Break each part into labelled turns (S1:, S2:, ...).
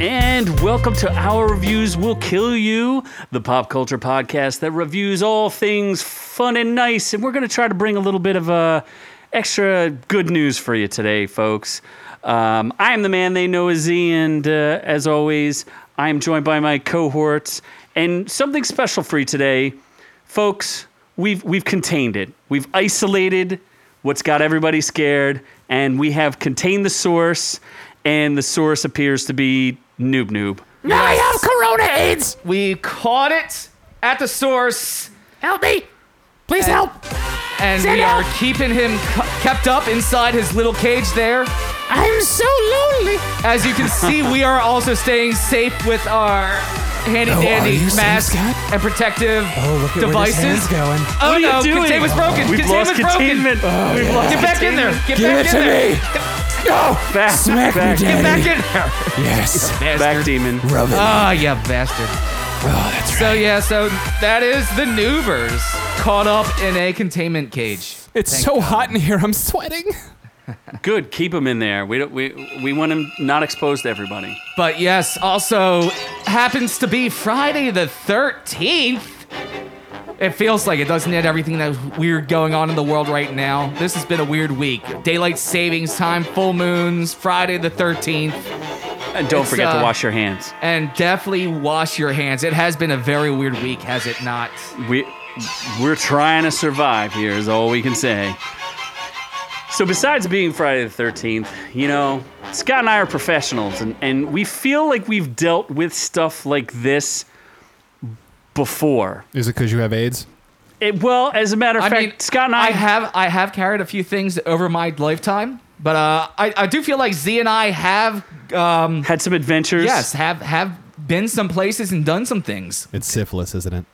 S1: and welcome to Our Reviews Will Kill You, the pop culture podcast that reviews all things fun and nice. And we're going to try to bring a little bit of uh, extra good news for you today, folks. Um, I am the man they know as Z, and uh, as always, I am joined by my cohorts. And something special for you today, folks. We've we've contained it. We've isolated what's got everybody scared, and we have contained the source. And the source appears to be Noob Noob.
S2: Now I have Corona AIDS.
S3: We caught it at the source,
S2: Help me. Please help.
S3: and we
S2: Zeno!
S3: are keeping him cu- kept up inside his little cage there.
S2: I'm so lonely.
S3: As you can see, we are also staying safe with our handy
S4: Oh, are
S3: dandy
S4: you safe,
S3: mask
S4: Scott?
S3: and protective
S4: Oh, look at
S3: devices.
S4: where this hand's going.
S3: Oh
S1: What are you
S3: no,
S1: doing?
S3: containment's broken.
S1: We've lost
S3: containment's broken.
S1: containment. We've lost
S3: Get back in there.
S4: Give
S3: Get back
S4: it
S3: in
S4: to
S3: there.
S4: me.
S1: containment. Back,
S4: Smack me
S1: back,
S4: down.
S3: Get back in there.
S4: Yes.
S1: back, demon.
S4: Rub it.
S3: Ah, you bastard.
S4: oh, that's right.
S3: So yeah, so that is the Noobers caught up in a containment cage.
S4: It's so hot in here. I'm sweating.
S1: Good, keep him in there. We don't, we we want him not exposed to everybody.
S3: But yes, also happens to be Friday the 13th. It feels like it doesn't it? Everything that's weird going on in the world right now. This has been a weird week. Daylight savings time, full moons, Friday the 13th,
S1: And don't
S3: It's,
S1: forget to
S3: uh,
S1: wash your hands.
S3: and definitely wash your hands. It has been a very weird week, has it not?
S1: We we're trying to survive here is all we can say. So besides being Friday the 13th, you know, Scott and I are professionals and, and we feel like we've dealt with stuff like this before.
S4: Is it because you have AIDS?
S1: It, well, as a matter of
S3: I
S1: fact,
S3: mean,
S1: Scott and I,
S3: I have I have carried a few things over my lifetime, but uh, I, I do feel like Z and I have um,
S1: had some adventures.
S3: yes have have been some places and done some things.
S4: It's syphilis, isn't it?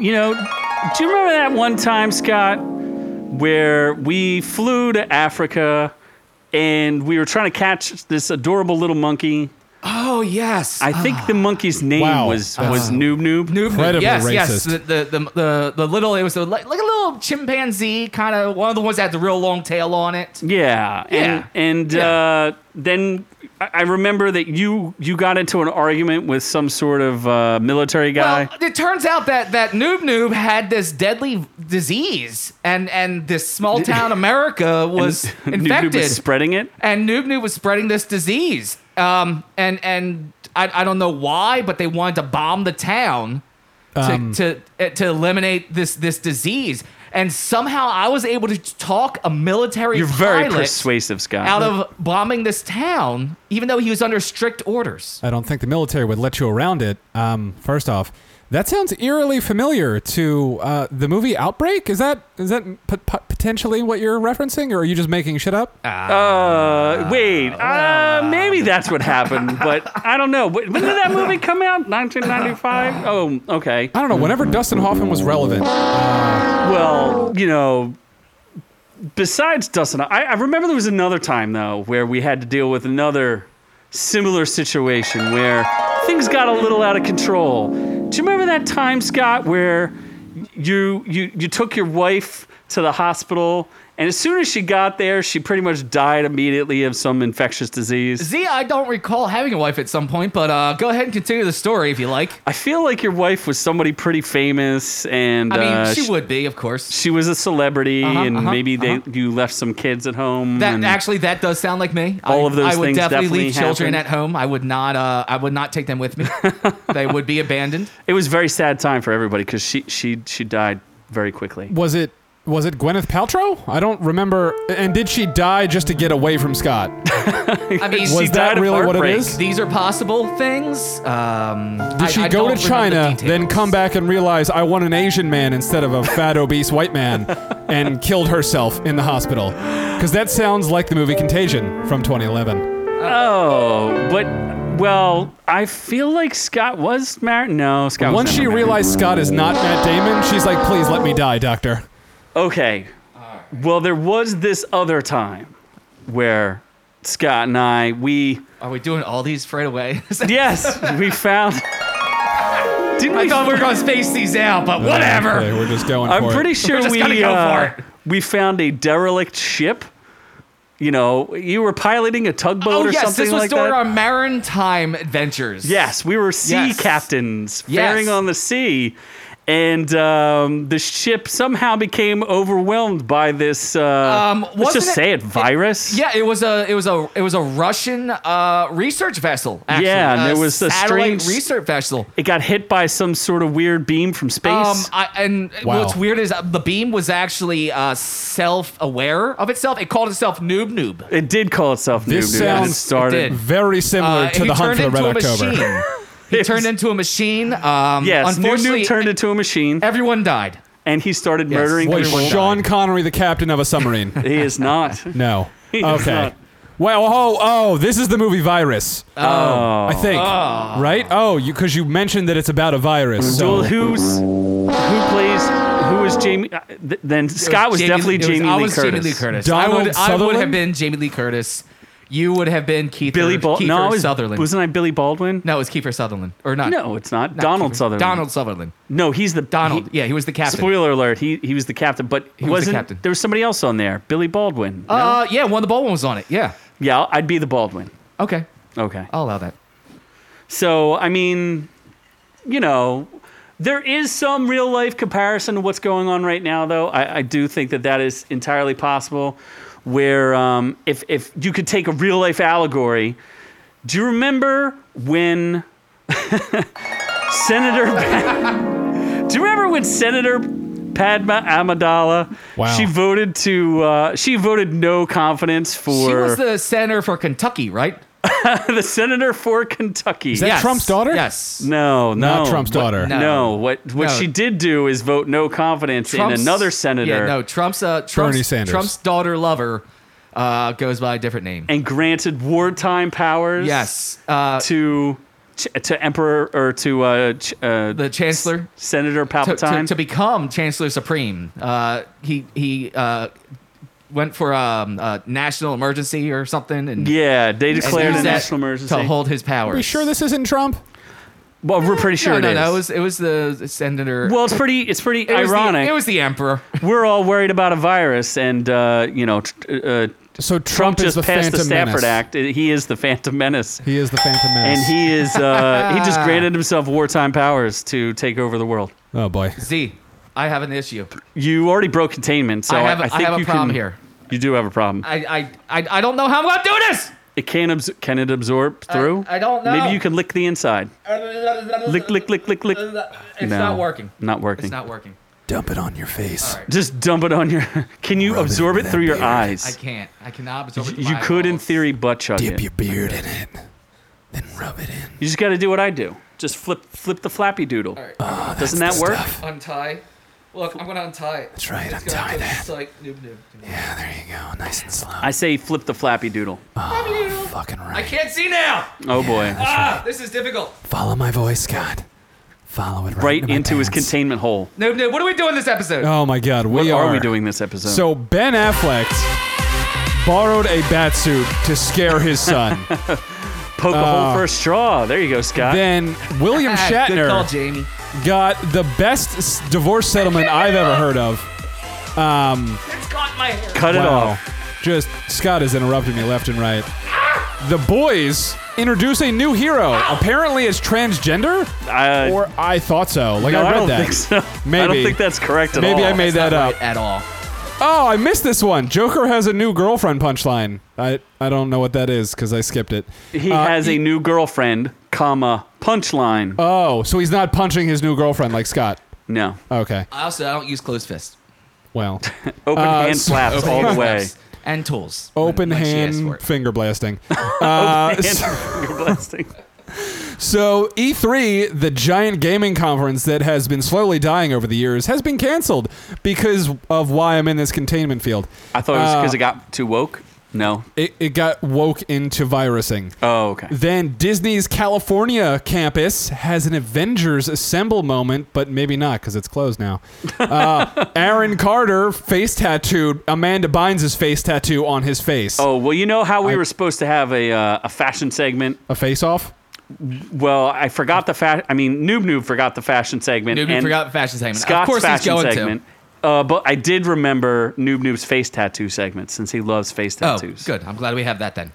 S1: You know, do you remember that one time, Scott, where we flew to Africa and we were trying to catch this adorable little monkey?
S3: Oh yes.
S1: I think the monkey's name
S4: Wow.
S1: was was Noob Noob.
S3: Noob Noob.
S4: Incredibly
S3: Yes, yes. The,
S4: racist.
S3: the, the, the, the little, it was a, like, like a little chimpanzee, kind of one of the ones that had the real long tail on it.
S1: Yeah.
S3: Yeah.
S1: And, and Uh, then I I remember that you you got into an argument with some sort of uh, military guy.
S3: Well, it turns out that, that Noob Noob had this deadly disease, and, and this small town America was
S1: Noob
S3: infected.
S1: Noob was spreading it.
S3: and Noob Noob was spreading this disease. Um, and and I, I don't know why, but they wanted to bomb the town to
S1: Um,
S3: to, uh, to eliminate this this disease. And somehow I was able to talk a military
S1: You're very
S3: pilot
S1: persuasive, Scott.
S3: out of bombing this town, even though he was under strict orders.
S4: I don't think the military would let you around it. Um, first off, that sounds eerily familiar to uh, the movie Outbreak. Is that is that p- p- potentially what you're referencing, or are you just making shit up?
S1: Uh, wait, uh, maybe that's what happened, but I don't know. When when did that movie come out? 1995? Oh, okay.
S4: I don't know. Whenever Dustin Hoffman was relevant,
S3: Oh.
S1: Well, you know, besides Dustin, I, I remember there was another time, though, where we had to deal with another similar situation where things got a little out of control. Do you remember that time, Scott, where you you you took your wife to the hospital and as soon as she got there, she pretty much died immediately of some infectious disease?
S3: Z, I don't recall having a wife at some point, but uh, go ahead and continue the story if you like.
S1: I feel like your wife was somebody pretty famous, and
S3: I mean,
S1: uh,
S3: she
S1: sh-
S3: would be, of course.
S1: she was a celebrity,
S3: Uh-huh,
S1: and
S3: uh-huh,
S1: maybe they,
S3: uh-huh.
S1: you left some kids at home.
S3: That
S1: and
S3: actually, that does sound like me.
S1: All
S3: I,
S1: of those
S3: I would
S1: things
S3: definitely,
S1: definitely
S3: leave children
S1: happened.
S3: at home. I would not. Uh, I would not take them with me. they would be abandoned.
S1: it was a very sad time for everybody because she she she died very quickly.
S4: was it was it Gwyneth Paltrow? I don't remember. And did she die just to get away from Scott?
S3: I mean,
S1: She
S4: Was that
S1: died of
S4: really what it
S1: heartbreak.
S4: is?
S3: these are possible things. Um,
S4: Did she go to China, then come back and realize I want an Asian man instead of a fat, obese white man, and killed herself in the hospital? Because that sounds like the movie Contagion from 2011.
S1: Oh, but well, I feel like Scott was married. No, Scott.
S4: Once
S1: was
S4: she
S1: never married.
S4: realized Scott is not Matt Damon, she's like, please let me die, doctor.
S1: Okay. Well, there was this other time where Scott and I we
S3: Are we doing all these right away?
S1: yes we found. Didn't
S3: I
S1: we
S3: thought we were going to space these out, but whatever.
S4: Uh, Okay, we're just going
S1: I'm
S4: for
S1: pretty
S4: it.
S1: sure uh,
S3: just
S1: we
S3: gotta go
S1: uh,
S3: for it.
S1: we found a derelict ship you know, you were piloting a tugboat
S3: Oh
S1: or
S3: yes,
S1: something
S3: this was
S1: like
S3: during
S1: that.
S3: our maritime adventures.
S1: Yes, we were sea
S3: Yes.
S1: captains
S3: Yes.
S1: faring on the sea. And um, the ship somehow became overwhelmed by this. Uh, let's
S3: Um, wasn't
S1: just
S3: it-
S1: say it, virus.
S3: Yeah, it was a it was a it was a Russian uh, research vessel. Actually.
S1: Yeah, and
S3: a
S1: there was a
S3: satellite
S1: strange-
S3: research vessel.
S1: It got hit by some sort of weird beam from space.
S3: Um, I, and
S4: Wow.
S3: what's weird is uh, the beam was actually uh, self-aware of itself. It called itself Noob Noob.
S1: it did call itself Noob
S4: This
S1: Noob, and it
S4: sounds-
S1: started.
S3: it did.
S4: Very similar
S3: Uh,
S4: to
S3: he
S4: the hunt
S3: turned
S4: for the
S3: into
S4: Red
S3: a
S4: October.
S3: machine. he
S1: Yes.
S3: turned into a machine. Um,
S1: Yes, Noob
S3: unfortunately, e,
S1: Noob turned into a machine,
S3: everyone died.
S1: and he started
S3: Yes.
S1: murdering
S4: Was
S1: people.
S4: Sean Connery the captain of a submarine?
S1: He is not.
S4: No.
S1: is
S4: Okay.
S1: not.
S4: Well, oh, oh, this is the movie Virus. Oh, I think, right? Oh, you because you mentioned that it's about a virus. So
S1: Well, who's who plays? Who is Jamie? uh, th- then Scott was,
S3: Jamie-
S1: definitely
S3: it was-
S1: Jamie,
S3: I
S1: Lee
S3: was
S1: Curtis.
S3: Jamie Lee Curtis. I
S4: Donald
S3: would I would have
S4: Sutherland?
S3: been Jamie Lee Curtis. You would have been Keith
S1: Billy Baldwin. No, I was,
S3: Sutherland.
S1: wasn't I Billy Baldwin?
S3: no, it was Kiefer Sutherland or not?
S1: No, it's not.
S3: not
S1: Donald
S3: Kiefer-
S1: Sutherland.
S3: Donald Sutherland.
S1: No, he's the
S3: Donald.
S1: he-
S3: yeah, he was the captain.
S1: Spoiler alert. He he was the captain, but
S3: was the
S1: wasn't
S3: captain.
S1: there was somebody else on there? Billy Baldwin. No?
S3: Uh, yeah, one of the bald ones was on it. Yeah.
S1: yeah, I'd be the Baldwin.
S3: Okay,
S1: Okay.
S3: I'll allow that.
S1: So I mean, you know, there is some real life comparison to what's going on right now, though. I, I do think that that is entirely possible. Where um, if if you could take a real life allegory, do you remember when Senator? Pa- do you remember when Senator Padma Amidala?
S4: Wow.
S1: She voted to. Uh, she voted no confidence for
S3: She was the senator for Kentucky, right?
S1: the senator for Kentucky.
S4: that Trump's daughter?
S3: Yes.
S1: No, no.
S4: not Trump's
S1: What-
S4: daughter.
S3: no.
S1: No, what what
S3: No.
S1: she did do is vote no confidence
S3: Trump's-
S1: in another senator
S3: Yeah, no, Trump's uh, Trump's,
S4: Bernie Sanders.
S3: Trump's daughter lover uh, goes by a different name.
S1: and granted wartime powers
S3: Yes, uh,
S1: to ch- to emperor or to uh, ch- uh,
S3: the chancellor
S1: Senator
S3: to, to,
S1: Palpatine.
S3: to become chancellor supreme. Uh, he he uh, went for um, a national emergency or something, and
S1: yeah, they
S3: and
S1: declared
S3: used
S1: a
S3: that
S1: national emergency.
S3: to hold his powers.
S4: Are we sure this isn't Trump?
S1: well, we're pretty sure
S3: no,
S1: it
S3: no,
S1: is.
S3: no, it was it was the senator.
S1: well, it's pretty it's pretty
S3: it was the-
S1: ironic.
S3: it was the emperor.
S1: we're all worried about a virus and uh, you know tr- uh, Trump,
S4: So Trump, is
S1: just
S4: the
S1: passed
S4: Phantom
S1: the Stafford
S4: Menace.
S1: Act. He is the Phantom Menace.
S4: He is the Phantom
S1: and
S4: Menace.
S1: he is uh, he just granted himself wartime powers to take over the world.
S4: oh boy.
S3: Z, I have an issue.
S1: You already broke containment, so
S3: I
S1: I,
S3: have a-
S1: I
S3: I
S1: think
S3: have a
S1: you
S3: problem
S1: can,
S3: here.
S1: You do have a problem.
S3: I I I, I don't know how I'm gonna do this.
S1: it can abs- can it absorb through?
S3: I don't know.
S1: Maybe you can lick the inside. Lick, lick, lick, lick, lick.
S3: It's
S1: No,
S3: not working.
S1: Not working.
S3: Uh, It's not working.
S4: Dump it on your face.
S3: right.
S1: Just dump it on your. Can you
S4: Rub it
S1: absorb it
S4: with that
S1: through your
S4: beard.
S1: eyes?
S3: I can't. I cannot absorb it. with
S1: you
S3: my
S1: could, in
S3: eyeballs.
S1: theory, butt chug it. You
S4: beard in it, then rub it in.
S1: just got to do what I do. Just flip, flip the flappy doodle.
S3: right.
S4: Ah,
S1: Doesn't that work?
S3: untie. Look, I'm gonna untie it.
S4: That's right.
S3: It's gonna go just like noob noob.
S4: Yeah, there you go. Nice and slow.
S1: I say flip the flappy doodle.
S4: Fucking right.
S3: Oh, I can't see now.
S1: Oh boy!
S3: Ah, this is difficult.
S4: Follow my voice, Scott. Follow it
S1: Right into his containment hole.
S3: Noob noob. What are we doing this episode?
S4: Oh my God.
S1: What
S4: we
S1: are,
S4: are,
S1: we doing this episode?
S4: So Ben Affleck borrowed a bat suit to scare his son.
S1: poke a hole for a straw. There you go, Scott.
S4: Uh, then William
S3: Ah, Good call,
S4: Shatner
S3: Jamie.
S4: got the best s- divorce settlement I've ever heard of.
S3: It's caught my hair.
S1: Cut it
S4: Wow.
S1: off.
S4: Just Scott is interrupting me left and right. The boys introduce a new hero. Apparently, it's transgender,
S1: I-
S4: or I thought so. Like
S1: No,
S4: I read
S1: don't
S4: that.
S1: think so. I
S4: Maybe.
S1: don't think that's correct at all.
S4: Maybe I made that up.
S3: Right at all.
S4: Oh, I missed this one. Joker has a new girlfriend punchline. I I don't know what that is because I skipped it.
S1: He
S4: Uh,
S1: has a new girlfriend, comma punchline.
S4: Oh, so he's not punching his new girlfriend like Scott.
S1: no,
S4: Okay.
S3: I also I don't use closed fists.
S4: Well,
S1: open
S4: uh,
S1: hand
S4: so-
S1: slaps all the way.
S3: And tools.
S4: open
S3: when- when she asks for
S4: hand
S3: it.
S4: finger blasting. Uh,
S1: Hand-
S4: so-
S1: finger blasting.
S4: So E3, the giant gaming conference that has been slowly dying over the years, has been canceled because of why I'm in this containment field.
S1: I thought it was because
S4: Uh,
S1: it got too woke. No.
S4: It, it got woke into virusing.
S1: Oh, okay.
S4: Then Disney's California campus has an Avengers Assemble moment, but maybe not because it's closed now. Uh, Aaron Carter face tattooed Amanda Bynes' face tattoo on his face.
S1: Oh well, you know how we
S4: I-
S1: were supposed to have a uh, a fashion segment.
S4: A face off?
S1: Well, I forgot the fa- I mean, Noob Noob forgot the fashion segment.
S3: Noob noob
S1: and
S3: forgot fashion segment.
S1: Scott's
S3: of course he's
S1: fashion
S3: going
S1: segment.
S3: to.
S1: Uh, but I did remember Noob Noob's face tattoo segment since he loves face
S3: Oh,
S1: tattoos.
S3: good. I'm glad we have that then.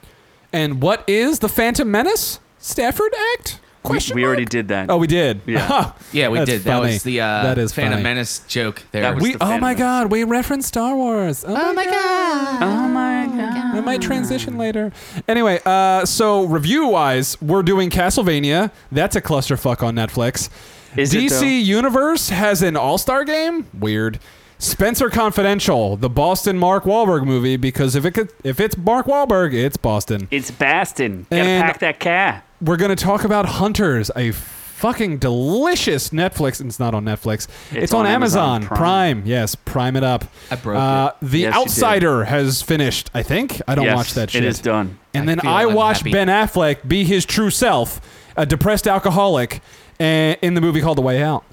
S4: And what is the Phantom Menace? Stafford Act?
S1: We,
S4: Question
S1: we
S4: mark?
S1: already did that.
S4: Oh, we did.
S1: Yeah.
S3: Yeah, we
S4: That's
S3: did. That
S4: funny.
S3: was the uh,
S4: that is
S3: Phantom
S4: funny.
S3: Menace joke there.
S1: That was
S4: We,
S1: the
S4: oh
S1: Phantom
S4: my
S1: Menace.
S4: God, we referenced Star Wars. Oh, my God.
S1: oh my god.
S4: It
S3: Ah.
S4: might transition later. Anyway, uh, so review wise, we're doing Castlevania. That's a clusterfuck on Netflix.
S1: Is it,
S4: DC
S1: though?
S4: Universe has an all star game? Weird. Spencer Confidential, the Boston Mark Wahlberg movie, because if it could, if it's Mark Wahlberg, it's Boston.
S1: It's Bastin. Gotta
S4: And-
S1: pack that cat.
S4: We're gonna talk about Hunters, a fucking delicious Netflix. It's not on Netflix. It's, on, Amazon, Prime. Yes, prime it up.
S3: I broke
S4: uh, The
S1: Yes, you did.
S4: Outsider has finished. I think I don't
S1: Yes,
S4: watch that shit.
S1: It is done.
S4: And then
S3: feel
S4: I watched
S3: unhappy.
S4: Ben Affleck be his true self, a depressed alcoholic, eh, in the movie called The Way Out,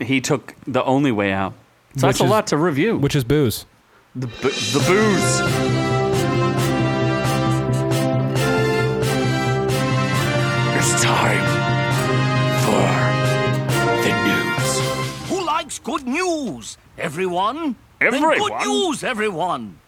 S1: He took the only way out. So
S4: Which
S1: that's a
S4: is-
S1: lot to review.
S4: which is booze.
S1: the, bu- the booze.
S5: It's time for the news.
S6: Who likes good news? Everyone? Then good
S1: Everyone?
S6: news, everyone.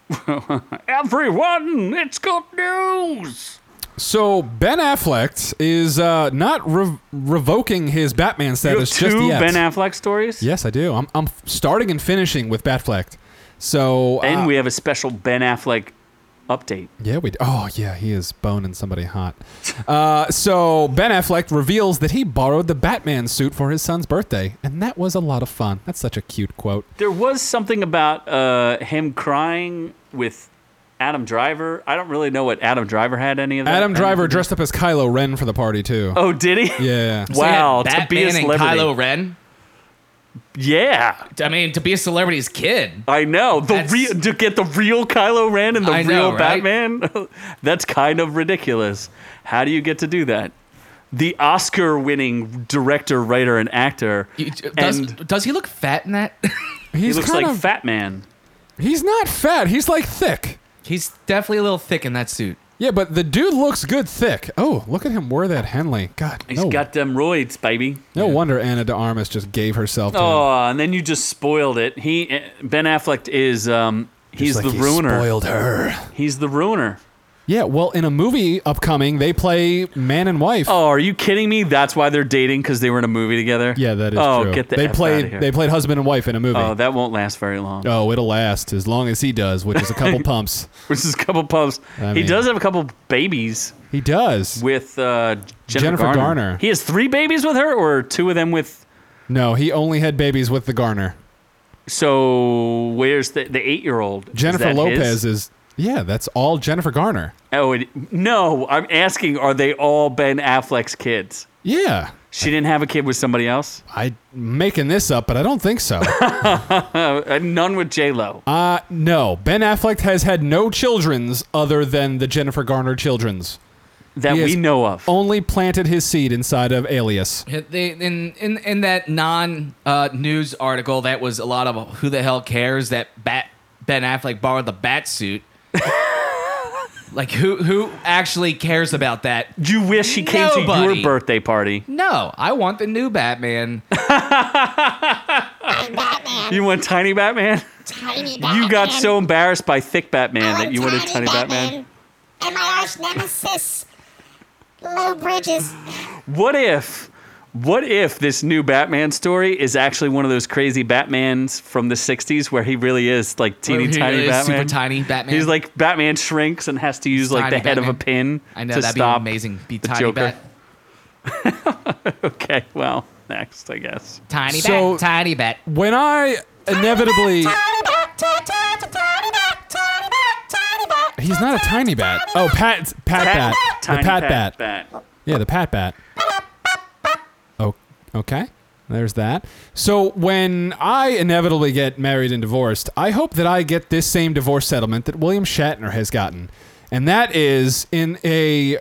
S1: Everyone, it's good news.
S4: So Ben Affleck is uh, not re- revoking his Batman
S1: You
S4: status
S1: have two
S4: just yet.
S1: Ben Affleck stories?
S4: yes, I do. I'm, I'm starting and finishing with Batfleck. So uh,
S1: And we have a special Ben Affleck update.
S4: Yeah, we. Oh, yeah, he is boning somebody hot. Uh, so Ben Affleck reveals that he borrowed the Batman suit for his son's birthday, and that was a lot of fun. That's such a cute quote.
S1: There was something about uh, him crying with Adam Driver. I don't really know what Adam Driver had any of that.
S4: Adam Driver
S1: anything to do-
S4: dressed up as Kylo Ren for the party too.
S1: Oh, did he?
S4: Yeah.
S3: So we had
S1: Wow, to be a
S3: Batman
S1: celebrity.
S3: and Kylo Ren.
S1: Yeah,
S3: I mean, to be a celebrity's kid.
S1: I know. The
S3: That's-
S1: real to get the real Kylo Ren and the
S3: I
S1: real
S3: know, right?
S1: Batman. That's kind of ridiculous. How do you get to do that? The Oscar-winning director, writer, and actor.
S3: You- uh, Does,
S1: And-
S3: does he look fat in that?
S1: he
S4: He's
S1: looks
S4: kind
S1: like
S4: of,
S1: Fat Man.
S4: He's not fat. He's like thick.
S3: He's definitely a little thick in that suit.
S4: Yeah, but the dude looks good thick. Oh, look at him wear that Henley. God,
S1: He's
S4: no,
S1: got them roids, baby.
S4: no wonder Anna de Armas just gave herself to him.
S1: Oh, and then you just spoiled it. He eh, Ben Affleck is um he's
S4: Just
S1: the
S4: like he
S1: ruiner.
S4: Spoiled her.
S1: He's the ruiner.
S4: Yeah, well, in a movie upcoming, they play man and wife.
S1: Oh, are you kidding me? That's why they're dating because they were in a movie together.
S4: Yeah, that is
S1: oh,
S4: true.
S1: get the
S4: they
S1: F
S4: played
S1: outta here.
S4: they played husband and wife in a movie.
S1: Oh,
S4: Oh,
S1: that won't last very long.
S4: it'll last as long as he does, which is a couple pumps.
S1: Which is a couple pumps. he
S4: I mean-
S1: does have a couple babies
S4: He does.
S1: with uh, Jennifer,
S4: Jennifer
S1: Garner.
S4: Garner.
S1: He has three babies with her, or two of them with.
S4: No, he only had babies with the Garner.
S1: So where's the the eight year old?
S4: Jennifer Lopez is yeah, that's all Jennifer Garner.
S1: Oh it, no, I'm asking. Are they all Ben Affleck's kids?
S4: Yeah.
S1: She didn't have a kid with somebody else.
S4: I making this up, but I don't think so.
S1: Uh, none with J Lo.
S4: uh no. Ben Affleck has had no children's other than the Jennifer Garner children's.
S1: that
S4: he
S1: we
S4: is-
S1: know of.
S3: Oh.
S4: Only planted his seed inside of Alias.
S3: They, in, in, in that non uh, news article, that was a lot of who the hell cares that Bat, Ben Affleck borrowed the bat suit. like, who, who actually cares about that?
S1: You wish he came to
S3: Nobody.
S1: your birthday party.
S3: No, I want the new Batman.
S1: You want Tiny Batman?
S7: Tiny
S1: You got
S7: Batman.
S1: so embarrassed by Thick Batman
S7: I'm
S1: that you wanted Tiny Batman.
S7: And my arch nemesis, Lou Bridges.
S1: What if, what if this new Batman story is actually one of those crazy Batmans from the '60s where he really is like teeny
S3: Where he
S1: tiny
S3: really is
S1: Batman,
S3: super tiny Batman.
S1: He's like Batman shrinks and has to use like the
S3: Tiny
S1: head of a
S3: Batman.
S1: pin.
S3: I know
S1: to
S3: that'd be
S1: stop
S3: amazing. Be
S1: the
S3: tiny
S1: Joker.
S3: bat,
S1: Okay, well, next I guess.
S3: tiny
S4: So-
S3: bat, tiny bat.
S1: um,
S4: When I inevitably He's not a tiny bat. Oh, Pat, Pat, Bat,
S1: Tiny
S4: the Pat, Bat.
S1: bat.
S4: Yeah, the Pat Bat. Oh, okay. There's that. So when I inevitably get married and divorced, I hope that I get this same divorce settlement that William Shatner has gotten. And that is in a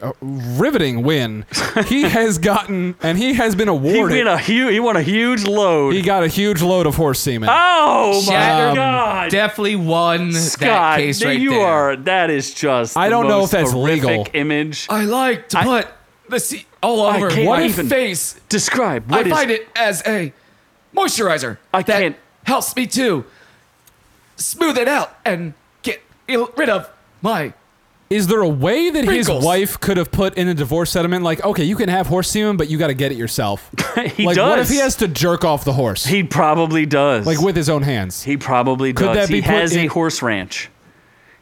S4: riveting win. He has gotten, and he has been
S1: He
S4: awarded.
S1: win a huge. He won a huge load.
S4: he got a huge load of horse semen.
S1: oh my
S3: Shatner
S1: god!
S3: Definitely won Um, that
S1: Scott,
S3: case
S1: th-
S3: right
S1: you
S3: there.
S1: are. That is just.
S4: I
S1: the
S4: don't know
S1: most
S4: if that's
S1: horrific
S4: legal. Uh,
S1: Image.
S3: I like to
S1: I-
S3: put the sea all
S1: I
S3: over
S1: can't
S3: my
S1: even-
S3: face.
S1: Describe. What
S3: I
S1: is-
S3: find it as a moisturizer
S1: I
S3: that
S1: can't-
S3: helps me to smooth it out and get il- rid of my.
S4: Is there a way that his
S3: Wrinkles.
S4: wife could have put in a divorce settlement, like, okay, you can have horse semen, but you got to get it yourself?
S1: he
S4: like,
S1: does.
S4: what if he has to jerk off the horse,
S1: He probably does.
S4: like with his own hands?
S1: he probably
S4: Could
S1: does.
S4: that be
S1: he
S4: put
S1: has a
S4: in-
S1: horse ranch.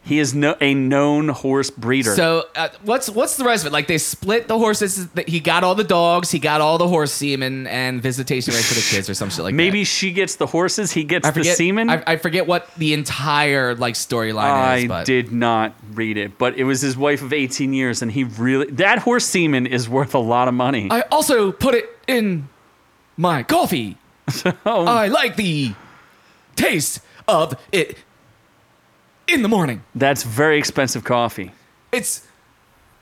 S1: He is no, a known horse breeder.
S3: So uh, what's what's the rest of it? Like they split the horses. that- He got all the dogs. He got all the horse semen and visitation rights for the kids or some shit like that.
S1: Maybe she gets the horses, he gets
S3: I
S1: the
S3: forget,
S1: semen.
S3: I, I forget what the entire like storyline is.
S1: I
S3: But
S1: did not read it, but it was his wife of 18 years, and he really that horse semen is worth a lot of money.
S3: I also put it in my coffee.
S1: Oh.
S3: I like the taste of it in the morning.
S1: That's very expensive coffee.
S3: It's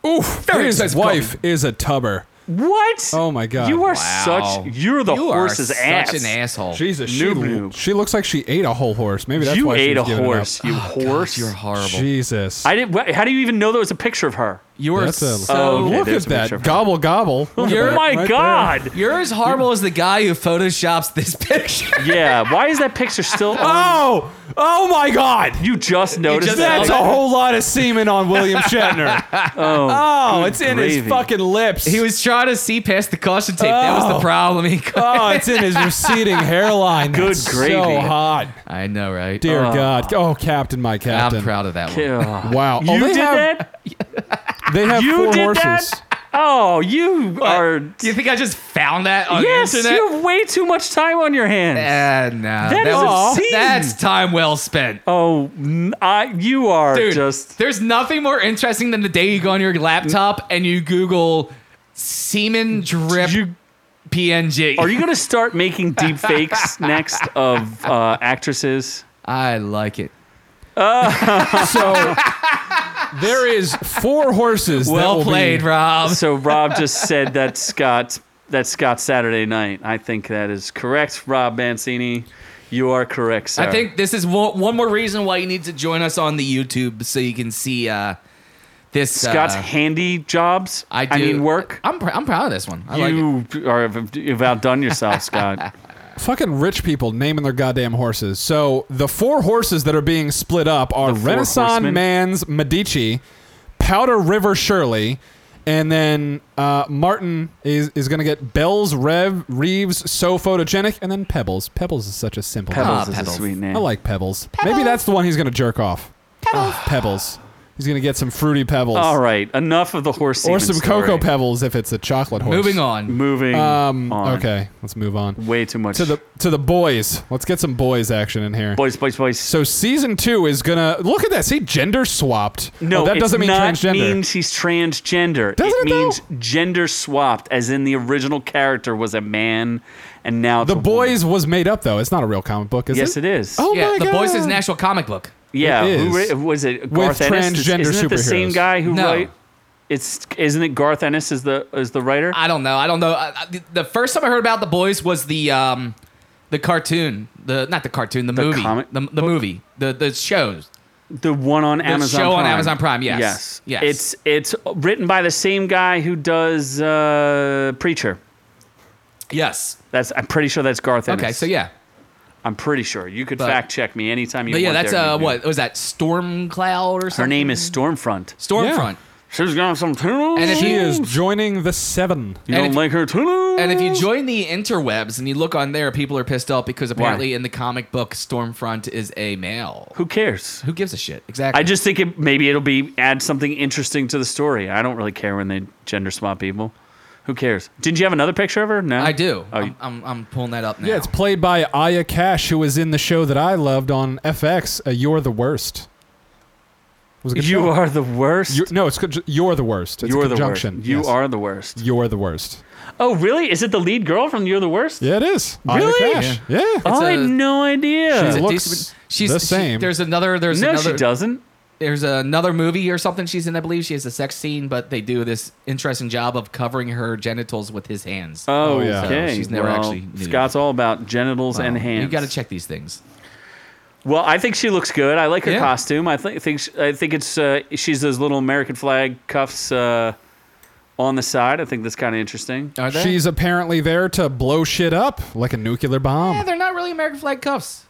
S4: Oof,
S3: Very
S4: his
S3: expensive
S4: wife is a tubber.
S1: What?
S4: Oh my God.
S1: You are
S3: Wow.
S1: such you're the
S3: you
S1: horse's
S3: are
S1: ass.
S3: Such an asshole.
S4: Jesus, she,
S1: Noob noob.
S4: she looks like she ate a whole horse. Maybe that's
S1: You
S4: why she
S1: ate a
S4: was giving it up. Oh,
S1: horse, you horse.
S3: You're horrible.
S4: Jesus,
S1: I didn't. wha- How do you even know there was a picture of her?
S3: you are
S4: That's a-
S3: so.
S1: Oh, okay.
S4: look
S1: there's
S4: at
S1: a picture
S4: that
S1: of her.
S4: gobble gobble. Look at
S1: Oh
S4: that
S1: my
S4: right
S1: God!
S3: You're as horrible as the guy who photoshops this picture.
S1: Yeah. Why is that picture still?
S4: there.
S1: on?
S4: Oh, oh my God!
S1: You just noticed
S3: just-
S1: that.
S4: That's a whole lot of semen on William Shatner. oh, it's in
S1: gravy.
S4: his fucking lips.
S3: He was trying to see past the caution tape. That was the
S4: Oh.
S3: problem. He could
S4: Oh, it's in his receding hairline.
S1: Good
S4: That's
S1: gravy.
S4: So hot.
S3: I know, right?
S4: Dear God. Oh, Captain, my
S3: I'm
S4: Captain.
S3: proud of that one.
S1: Ugh.
S4: Wow.
S1: You
S4: oh, they
S1: did
S4: have,
S1: that?
S4: They have
S1: You
S4: four
S1: did
S4: horses.
S1: that? Oh, you are.
S3: Do you think I just found that on
S1: Yes,
S3: the internet?
S1: you have way too much time on your hands.
S3: Uh, no, that
S1: is
S3: was-
S1: obscene.
S3: That's time well spent.
S1: Oh, n- I, you are
S3: Dude,
S1: just.
S3: there's nothing more interesting than the day you go on your laptop and you Google semen drip
S1: You-
S3: PNG.
S1: Are you going to start making deep fakes next of uh, actresses?
S3: I like it.
S4: So there is four horses. that
S3: Well
S4: will
S3: played,
S4: Be,
S3: Rob.
S1: So Rob just said that Scott that Scott Saturday night. I think that is correct, Rob Mancini. You are correct, sir.
S3: I think this is one, one more reason why you need to join us on the YouTube so you can see uh, this.
S1: Scott's
S3: uh,
S1: handy jobs.
S3: I do.
S1: mean, work.
S3: I'm, pr- I'm proud of this one. I like it.
S1: you are you've outdone yourself,
S4: Ah,
S1: Scott.
S4: Fucking rich people naming their goddamn horses. So the four horses that are being split up are
S1: The four
S4: Renaissance
S1: horsemen.
S4: Man's Medici, Powder River Shirley, and then uh, Martin is, is going to get Bells, Rev, Reeves, So Photogenic, and then Pebbles. Pebbles is such a simple name.
S1: Pebbles is
S3: Pebbles.
S1: a sweet name.
S4: I like pebbles. Maybe that's the one he's gonna jerk off. Pebbles. pebbles. He's gonna get some fruity pebbles.
S1: All right, enough of the horse
S4: Or
S1: semen
S4: some
S1: story.
S4: cocoa pebbles if it's a chocolate horse.
S3: Moving on.
S1: Moving
S4: Um.
S1: on.
S4: Okay. Let's move on
S1: Way too much.
S4: to the to the boys. Let's get some boys action in here.
S1: boys, boys, boys.
S4: So season two is gonna look at that. See, gender swapped.
S1: No,
S4: Oh, that
S1: it's
S4: doesn't mean
S1: not
S4: transgender.
S1: mean she's transgender.
S4: Doesn't
S1: it
S4: it
S1: means
S4: though?
S1: gender swapped, as in the original character was a man, and now it's
S4: the
S1: a woman.
S4: boys was made up though. It's not a real comic book, is
S1: Yes,
S4: it?
S1: it is.
S4: Oh
S3: yeah,
S4: my
S3: The
S4: god.
S3: Boys is an actual comic book.
S1: yeah.
S4: it
S1: who
S4: is.
S1: wri- was it? Garth Ennis.
S4: transgender
S1: Isn't it the same
S4: superheroes.
S1: guy who
S3: No.
S1: wrote? It's isn't it Garth Ennis is the is the writer?
S3: I don't know. I don't know. I, I, the- the first time I heard about the boys was the um, the cartoon. The not the cartoon. The, movie.
S1: comic
S3: the the movie. The the shows.
S1: the one on Amazon.
S3: show on
S1: Prime.
S3: Amazon Prime, yes.
S1: Yes.
S3: Yes.
S1: It's it's written by the same guy who does uh, Preacher.
S3: Yes.
S1: That's I'm pretty sure that's Garth Ennis.
S3: Okay. So yeah.
S1: I'm pretty sure. You could
S3: But-
S1: fact check me anytime you
S3: But yeah,
S1: want.
S3: that's
S1: there,
S3: uh,
S1: Noob Noob.
S3: what was that? Storm Cloud or something.
S1: Her name is Stormfront.
S3: Stormfront.
S1: She's got some tunes.
S3: And if
S4: She
S3: you
S4: is joining the seven.
S1: You
S3: And
S1: don't
S3: if-
S1: like her tunes.
S3: and if you join the interwebs and you look on there, people are pissed off because apparently in the comic book, Stormfront is a male.
S1: who cares?
S3: Who gives a shit? Exactly.
S1: I just think it, maybe it'll be add something interesting to the story. I don't really care when they gender swap people. Who cares? Didn't you have another picture of her? No,
S3: I do.
S1: Oh, you-
S3: I'm, I'm, I'm pulling that up now.
S4: Yeah, it's played by Aya Cash, who was in the show that I loved on FX. Uh, You're the worst. Was a good
S1: you
S4: show.
S1: are the worst.
S4: You're- no, it's conj- you're the worst. It's a
S1: You're the worst.
S4: conjunction.
S1: You
S4: Yes.
S1: are the worst.
S4: You're the worst.
S1: Oh, really? Is it the lead girl from You're the Worst?
S4: Yeah, it is.
S1: Really?
S4: Aya Cash. Yeah.
S1: Oh, I
S3: a-
S1: had no idea.
S4: She's
S3: It's a
S4: looks
S3: decent- she's
S4: the
S3: she-
S4: same.
S3: there's another. There's
S1: no,
S3: another,
S1: she doesn't.
S3: There's another movie or something she's in. I believe she has a sex scene, but they do this interesting job of covering her genitals with his hands.
S1: Oh,
S4: Oh, yeah.
S1: okay.
S3: So she's never
S1: Well,
S3: actually nude.
S1: Scott's all about genitals and hands.
S3: You got to check these things.
S1: Well, I think she looks good. I like her
S3: Yeah.
S1: costume. I think think sh- I think it's uh, she's those little American flag cuffs uh, on the side. I think that's kind of interesting.
S3: Are they?
S4: She's apparently there to blow shit up like a nuclear bomb.
S3: yeah, they're not really American flag cuffs.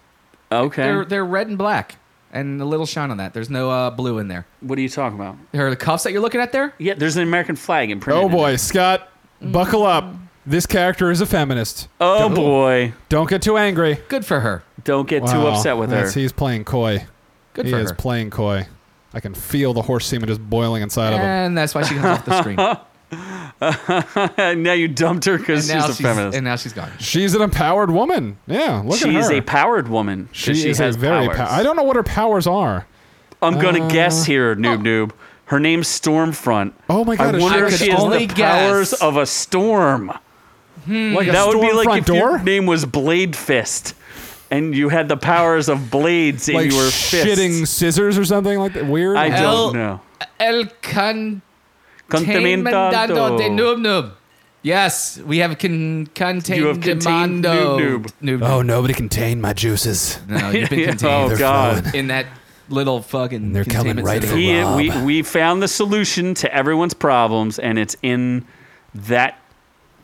S1: Hmm. Okay.
S3: They're they're red and black, and a little shine on that. There's no uh, blue in there.
S1: what are you talking about?
S3: Are the cuffs that you're looking at there?
S1: Yeah, there's an American flag imprinted.
S4: Oh
S1: in
S4: boy,
S1: it.
S4: Scott, buckle up. This character is a feminist.
S1: Oh boy!
S4: Don't get too angry.
S3: Good for her.
S1: Don't get too
S4: Wow,
S1: upset with her.
S4: that's- He's playing coy.
S3: Good
S4: he
S3: for
S4: is
S3: her.
S4: playing coy. I can feel the horse semen just boiling inside of him.
S3: and that's why she comes off the screen. And
S4: e
S1: And now you dumped her because she's
S3: now
S1: a feminist.
S3: And now she's gone.
S4: She's an empowered woman. Yeah, look at her.
S1: She's a powered woman. 'cause
S4: she,
S1: She,
S4: is
S1: has
S4: a very.
S1: powers.
S4: pow- I don't Uh, know what her powers are.
S1: I'm gonna guess here, noob noob. Her name's Stormfront.
S4: Oh my God,
S1: I
S4: is
S1: wonder if
S4: she- I
S1: she
S3: could
S1: has
S3: only
S1: the
S3: guess.
S1: powers of a storm.
S4: Like a
S1: that would be
S4: storm
S1: like
S4: front
S1: if
S4: door.
S1: your name was Blade Fist, and you had the powers of blades in
S4: like
S1: your fists.
S4: shitting scissors or something like that. Weird.
S1: I don't
S3: Hell.
S1: know.
S3: El Can Contaminado de
S1: Contaminado.
S3: Noob Noob. Yes, we have con- contained
S1: You have contained Noob Noob.
S3: Oh,
S4: nobody contain my juices.
S3: no, you've been
S1: Oh
S3: contained
S1: God!
S3: in that little fucking
S4: They're coming
S3: containment
S4: right
S3: center.
S4: for-
S1: He, we
S4: Rob.
S1: we found the solution to everyone's problems, and it's in that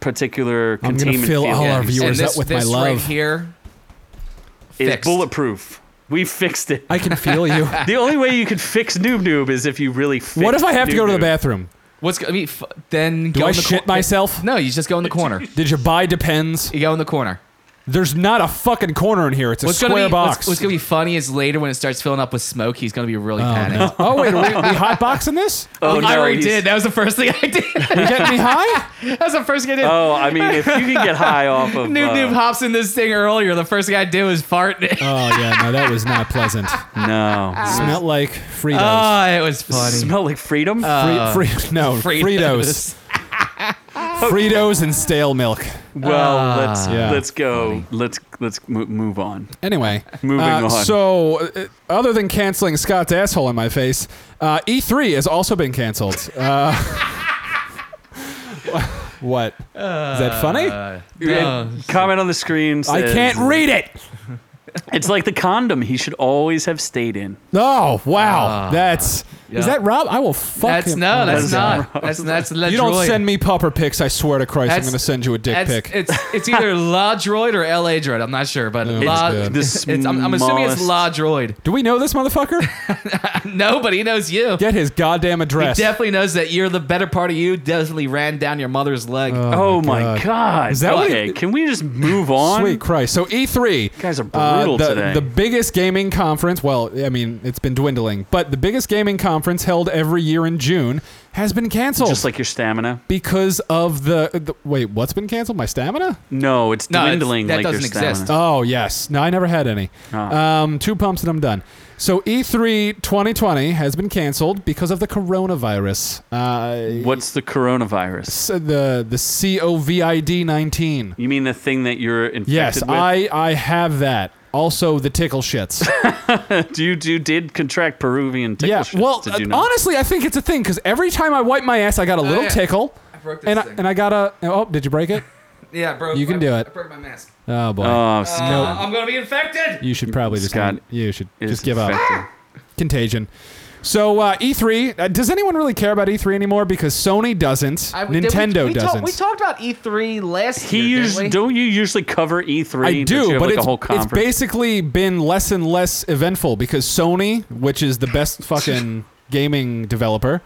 S1: particular
S4: I'm
S1: containment
S4: gonna fill
S1: field.
S4: all our
S3: And
S4: viewers
S3: this,
S4: up with my
S3: this right
S4: love.
S3: here.
S1: It's
S3: fixed.
S1: bulletproof. We fixed it.
S4: I can feel you.
S1: The only way you could fix Noob Noob is if you really fix
S4: what if I have to
S1: Noob
S4: go to the
S1: Noob.
S4: bathroom?
S3: What's go- I mean, f- then
S4: Do
S3: go
S4: I
S3: in the
S4: shit
S3: cor-
S4: myself?
S3: No, you just go in the corner.
S4: Did you buy Depends?
S3: You go in the corner.
S4: There's not a fucking corner in here. It's a
S3: What's
S4: square
S3: gonna be,
S4: box.
S3: What's, what's gonna be funny is later when it starts filling up with smoke, he's gonna be really panicked.
S4: oh wait, are we, we hot boxing this?
S1: Oh, no,
S3: I already
S1: he's-
S3: did. That was the first thing I did.
S4: You get me high?
S3: that was the first thing I did.
S1: Oh, I mean, if you can get high off of
S3: Noob Noob
S1: uh,
S3: hops in this thing earlier. The first thing I do is fart. in it.
S4: Oh yeah, no, that was not pleasant.
S1: no,
S4: Smelt like Fritos.
S3: oh, it was funny.
S1: smell like freedom.
S3: Ah.
S4: Fri- fri- no, Fritos. Fritos and stale milk.
S1: well, let's
S4: uh, Yeah.
S1: let's go. Let's let's mo- move on.
S4: Anyway,
S1: Moving
S4: uh,
S1: on.
S4: So, uh, other than canceling Scott's asshole in my face, uh, E3 has also been canceled. Uh, what? Is that funny?
S3: Uh,
S1: And comment on the screen.
S4: I
S1: says-
S4: can't read it.
S1: It's like the condom he should always have stayed in.
S4: Oh wow, that's
S3: Ah. yeah.
S4: is that Rob? I will fuck
S3: That's
S4: him.
S3: no, that's
S1: That's
S3: not. That's that's. La
S4: You don't
S3: Droid.
S4: send me pupper pics. I swear to Christ, I'm
S3: That's-
S4: going to send you a dick
S3: That's,
S4: pic.
S3: It's it's either La Droid or LA Droid. I'm not sure, but
S4: it's
S3: La.
S4: good.
S1: The
S3: It's, I'm, I'm assuming it's
S1: smallest-
S3: La Droid.
S4: Do we know this motherfucker?
S3: Nobody knows you.
S4: Get his goddamn
S3: He
S4: address.
S3: definitely knows that you're the better part of you. Definitely ran down your mother's leg.
S4: Uh,
S1: Oh my god.
S4: Is that what
S1: okay,
S4: it-
S1: can we just move on?
S4: Sweet Christ! So E3,
S1: guys are
S4: uh,
S1: brutal
S4: the,
S1: today.
S4: The biggest gaming conference. Well, I mean, it's been dwindling, but the biggest gaming conference held every year in June has been canceled
S1: Just like your stamina.
S4: because of the, the. Wait, what's been canceled? My stamina?
S1: No, it's
S3: No, it's-
S1: dwindling
S3: that
S1: like your
S3: doesn't
S1: stamina.
S3: exist.
S4: Oh yes. No, I never had any.
S1: Ah.
S4: Um, two pumps and I'm done. So E E3 2020 has been canceled because of the coronavirus. Uh,
S1: What's the coronavirus?
S4: s- the the COVID 19.
S1: You mean the thing that you're infected
S4: Yes,
S1: with?
S4: I I have that. Also the tickle shits.
S1: Do you, do you did contract Peruvian tickle
S4: yeah.
S1: shits,
S4: Well,
S1: did you
S4: uh,
S1: know? Oh,
S4: honestly, I think it's a thing because every time I wipe my ass, I got a little
S3: yeah.
S4: tickle. I
S3: broke this
S4: and I,
S3: thing.
S4: and I got a oh did you break it?
S3: yeah, bro.
S4: You can do it.
S3: I broke my mask.
S4: Oh boy,
S1: Oh, s-
S3: Uh, I'm gonna be infected.
S4: you should probably just
S1: Scott
S4: you should
S1: is
S4: just give up.
S1: infected.
S4: Contagion. So uh, E3, uh, does anyone really care about E3 anymore? Because Sony doesn't,
S3: I- did we-
S4: Nintendo
S3: we talk-
S4: doesn't.
S3: we talked about E3 last
S1: He
S3: year. didn't
S1: usually
S3: we?
S1: don't you usually cover E3?
S4: I
S1: Don't you
S4: do,
S1: have
S4: but
S1: like a
S4: it's,
S1: whole
S4: it's
S1: conference.
S4: basically been less and less eventful because Sony, which is the best fucking gaming developer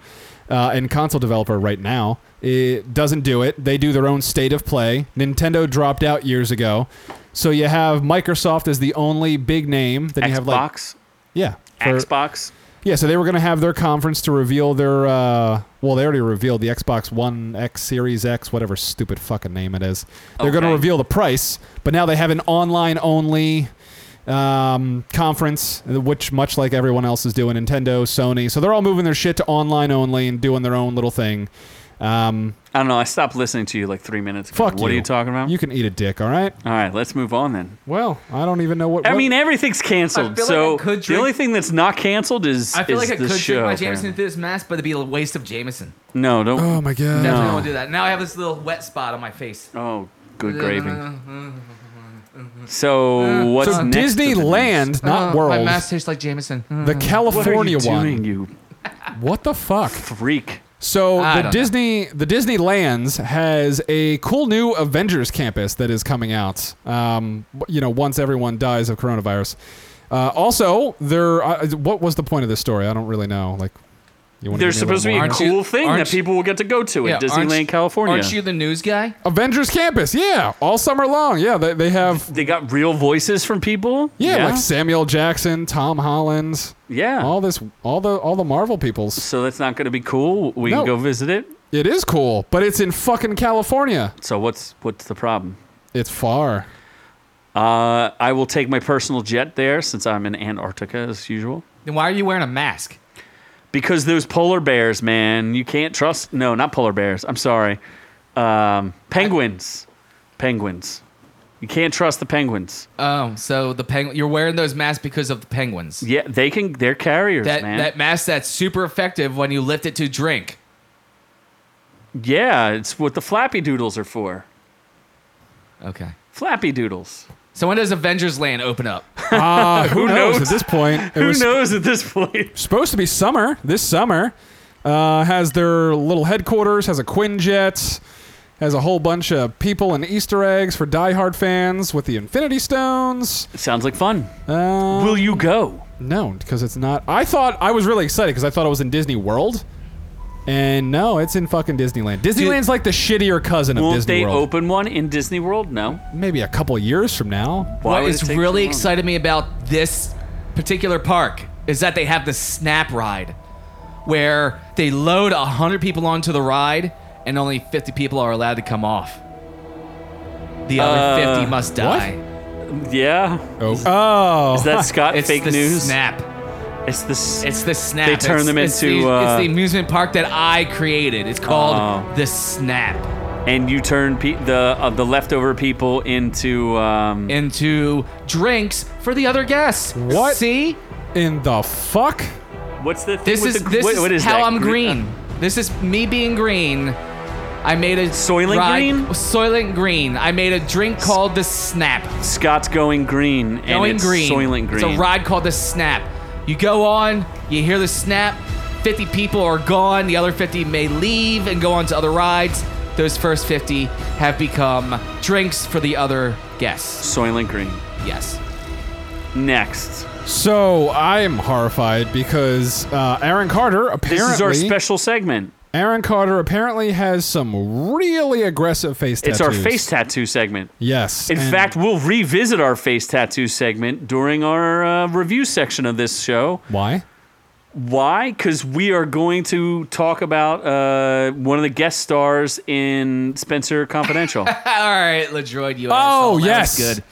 S4: uh, and console developer right now, it doesn't do it. They do their own state of play. Nintendo dropped out years ago, so you have Microsoft as the only big name. Then you have like
S1: Xbox,
S4: yeah, for-
S1: Xbox.
S4: Yeah, so they were going to have their conference to reveal their. Uh, well, they already revealed the Xbox One X, Series X, whatever stupid fucking name it is. They're going to
S1: Okay.
S4: reveal the price, but now they have an online only um, conference, which, much like everyone else is doing, Nintendo, Sony. So they're all moving their shit to online only and doing their own little thing. Um,
S1: I don't know. I stopped listening to you like three minutes ago.
S4: fuck you.
S1: What are you talking about?
S4: You can eat a dick, all right?
S1: All right, let's move on then.
S4: Well, I don't even know what.
S1: I
S4: what-
S1: mean, everything's canceled.
S3: I feel like
S1: so
S3: I could
S1: the
S3: drink-
S1: only thing that's not canceled is
S3: I feel
S1: is
S3: like I
S1: the
S3: could drink
S1: show.
S3: my Jameson
S1: apparently.
S3: through this mask, but it'd be a waste of Jameson.
S1: no, don't.
S4: oh my god.
S3: Definitely
S1: No.
S3: don't want to do that. Now I have this little wet spot on my face.
S1: Oh, good gravy. So what's
S4: So
S1: next to the news?
S4: Disneyland, not
S3: Uh,
S4: World,
S3: My mask tastes like Jameson. Uh.
S1: What
S4: the
S1: are
S4: California
S1: you
S4: one.
S1: doing, you
S4: What the fuck?
S1: freak?
S4: So
S3: I
S4: the
S3: don't know.
S4: Disney the Disneylands has a cool new Avengers campus that is coming out. Um, you know, once everyone dies of coronavirus, Uh, also, there. Uh, what was the point of this story? I don't really know. Like, you want
S1: There's supposed to be a
S3: Aren't
S1: cool
S3: you-
S1: thing
S3: aren't
S1: that people will get to go to at
S3: aren't you-
S1: Disneyland, California.
S3: Aren't you the news guy?
S4: Avengers Campus. Yeah, all summer long. Yeah, they, they have.
S1: they got real voices from people.
S4: Yeah,
S1: yeah.
S4: like Samuel Jackson, Tom Hollins,
S1: Yeah.
S4: all this, all the, all the Marvel peoples.
S1: so that's not going to be cool. We
S4: No.
S1: can go visit it.
S4: It is cool, but it's in fucking California.
S1: So what's what's the problem?
S4: It's far.
S1: Uh, I will take my personal jet there since I'm in Antarctica as usual.
S3: Then why are you wearing a mask?
S1: Because those polar bears, man, you can't trust. No, not polar bears. I'm sorry. Um, penguins. Penguins. You can't trust the penguins.
S3: Oh, so the penguin. You're wearing those masks because of the penguins.
S1: Yeah, they can. They're carriers,
S3: that
S1: man.
S3: that mask that's super effective when you lift it to drink.
S1: yeah, it's what the flappy doodles are for.
S3: Okay.
S1: Flappy doodles.
S3: So when does Avengers Land open up?
S4: Ah, who, knows?
S1: knows?
S4: at this point? It
S1: Who
S4: was
S1: knows at this point?
S4: supposed to be summer. This summer uh, has their little headquarters, has a Quinjet, has a whole bunch of people and Easter eggs for diehard fans with the Infinity Stones.
S1: Sounds like fun.
S4: Uh,
S1: Will you go?
S4: no, because it's not. I thought I was really excited because I thought it was in Disney World. And no, it's in fucking Disneyland. Disneyland's like the shittier cousin of
S1: Won't
S4: Disney
S1: they
S4: World.
S1: open one in Disney World? No.
S4: Maybe a couple years from now.
S1: Why
S3: what
S1: would it
S3: is
S1: take so
S3: really
S1: long?
S3: excited me about this particular park is that they have the snap ride where they load 100 people onto the ride and only 50 people are allowed to come off the other
S1: Uh,
S3: 50 must die
S1: Yeah.
S4: Oh, oh.
S1: Is that Scott
S3: it's
S1: fake
S3: the
S1: news?
S3: snap
S1: It's the s-
S3: it's the snap
S1: They turn
S3: It's-
S1: them
S3: it's
S1: into,
S3: the,
S1: uh,
S3: it's the amusement park that i created it's called
S1: Oh.
S3: the snap
S1: and you turn pe- the uh, the leftover people into um,
S3: into drinks for the other guests
S4: What?
S3: see
S4: in the fuck?
S1: what's the thing
S3: This
S1: with
S3: is
S1: the,
S3: this
S1: what-
S3: is
S1: what is
S3: how
S1: that? uh,
S3: I'm
S1: Gre-
S3: green. This is me being green. I made a
S1: Soylent
S3: ride-
S1: Green?
S3: Soylent green. I made a drink called the Snap.
S1: Scott's going green and
S3: Going
S1: it's
S3: green.
S1: Soylent Green.
S3: It's a ride called the Snap. You go on. You hear the snap. Fifty people are gone. The other fifty may leave and go on to other rides. Those first fifty have become drinks for the other guests.
S1: Soylent Green.
S3: Yes.
S1: Next.
S4: So I am horrified because uh, Aaron Carter apparently
S1: This is our special segment.
S4: Aaron Carter apparently has some really aggressive face
S1: It's
S4: tattoos.
S1: our face tattoo segment.
S4: Yes.
S1: In
S4: and-
S1: fact, we'll revisit our face tattoo segment during our uh, review section of this show.
S4: why?
S1: Why? Because we are going to talk about uh, one of the guest stars in Spencer Confidential.
S3: All right, Ledroid. You.
S4: Oh,
S3: asshole. That was
S4: yes.
S3: Good.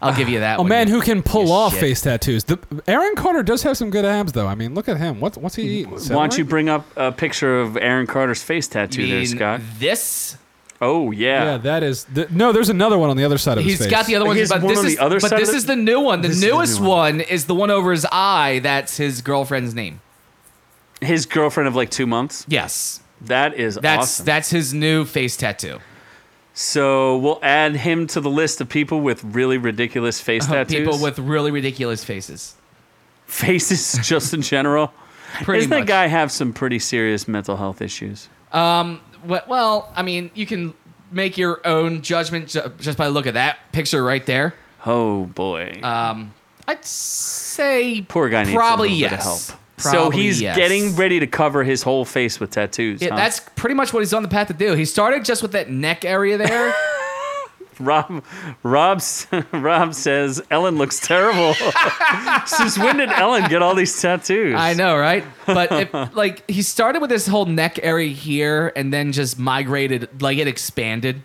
S3: I'll give you that.
S4: A
S3: one.
S4: man who can pull
S3: you
S4: off
S3: shit.
S4: face tattoos. The, Aaron Carter does have some good abs, though. I mean, look at him. What's what's he eating?
S1: Why don't you bring up a picture of Aaron Carter's face tattoo
S3: You
S1: there,
S3: mean
S1: Scott?
S3: This
S1: Oh yeah.
S4: Yeah, that is. th- no, there's another one on the other side of
S3: He's
S4: his face.
S3: got the other
S1: He
S3: one,
S1: has
S3: but
S1: one
S3: this
S1: on
S3: is
S1: the other
S3: but
S1: side
S3: this
S1: of
S3: is
S1: the-
S3: the new one. The
S1: This is the new
S3: newest
S1: one.
S3: one. is the one over his eye. That's his girlfriend's name.
S1: His girlfriend of like two months.
S3: Yes,
S1: That is
S3: that's
S1: awesome.
S3: that's his new face tattoo.
S1: so we'll add him to the list of people with really ridiculous face tattoos.
S3: Uh-huh, People with really ridiculous faces.
S1: faces just in general.
S3: Pretty
S1: Doesn't
S3: much.
S1: that guy have some pretty serious mental health issues?
S3: Well- Well, I mean, you can make your own judgment ju- just by look at that picture right there.
S1: Oh boy.
S3: I'd say
S1: Poor guy needs
S3: probably
S1: a little
S3: yes.
S1: bit of help. so
S3: Probably
S1: he's
S3: yes.
S1: getting ready to cover his whole face with tattoos.
S3: Yeah,
S1: huh?
S3: that's pretty much what he's on the path to do. He started just with that neck area there.
S1: Rob. Rob. s- Rob says Ellen looks terrible. Since when did Ellen get all these tattoos?
S3: I know, right? But if, like he started with this whole neck area here, and then just migrated, like it expanded,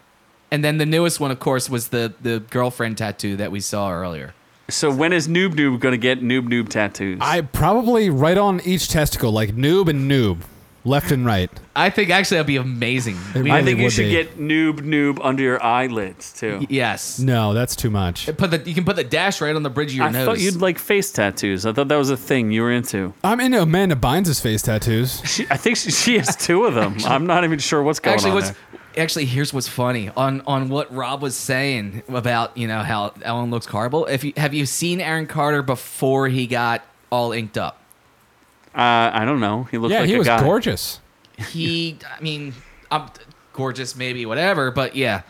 S3: and then the newest one, of course, was the the girlfriend tattoo that we saw earlier.
S1: So when is Noob Noob gonna get Noob Noob tattoos?
S4: I probably right on each testicle, like noob and noob, left and right.
S3: I think actually that'd be amazing. We-
S1: I
S4: really
S1: think you
S4: would
S1: should
S4: be.
S1: get Noob Noob under your eyelids too.
S3: yes,
S4: No, that's too much.
S3: put the you can put the dash right on the bridge of your
S1: I
S3: nose.
S1: thought you'd like face tattoos. I thought that was a thing you were into.
S4: I'm into Amanda Bynes' face tattoos.
S1: She, I think she, she has two of them. I'm not even sure what's going
S3: actually
S1: on.
S3: what's
S1: there.
S3: actually here's what's funny on on what Rob was saying about you know how Ellen looks horrible. If you have you seen Aaron Carter before he got all inked up?
S1: Uh, I don't know. He looked
S4: Yeah,
S1: like
S4: he
S1: a
S4: was
S1: guy.
S4: gorgeous.
S3: he i mean i'm gorgeous maybe whatever but yeah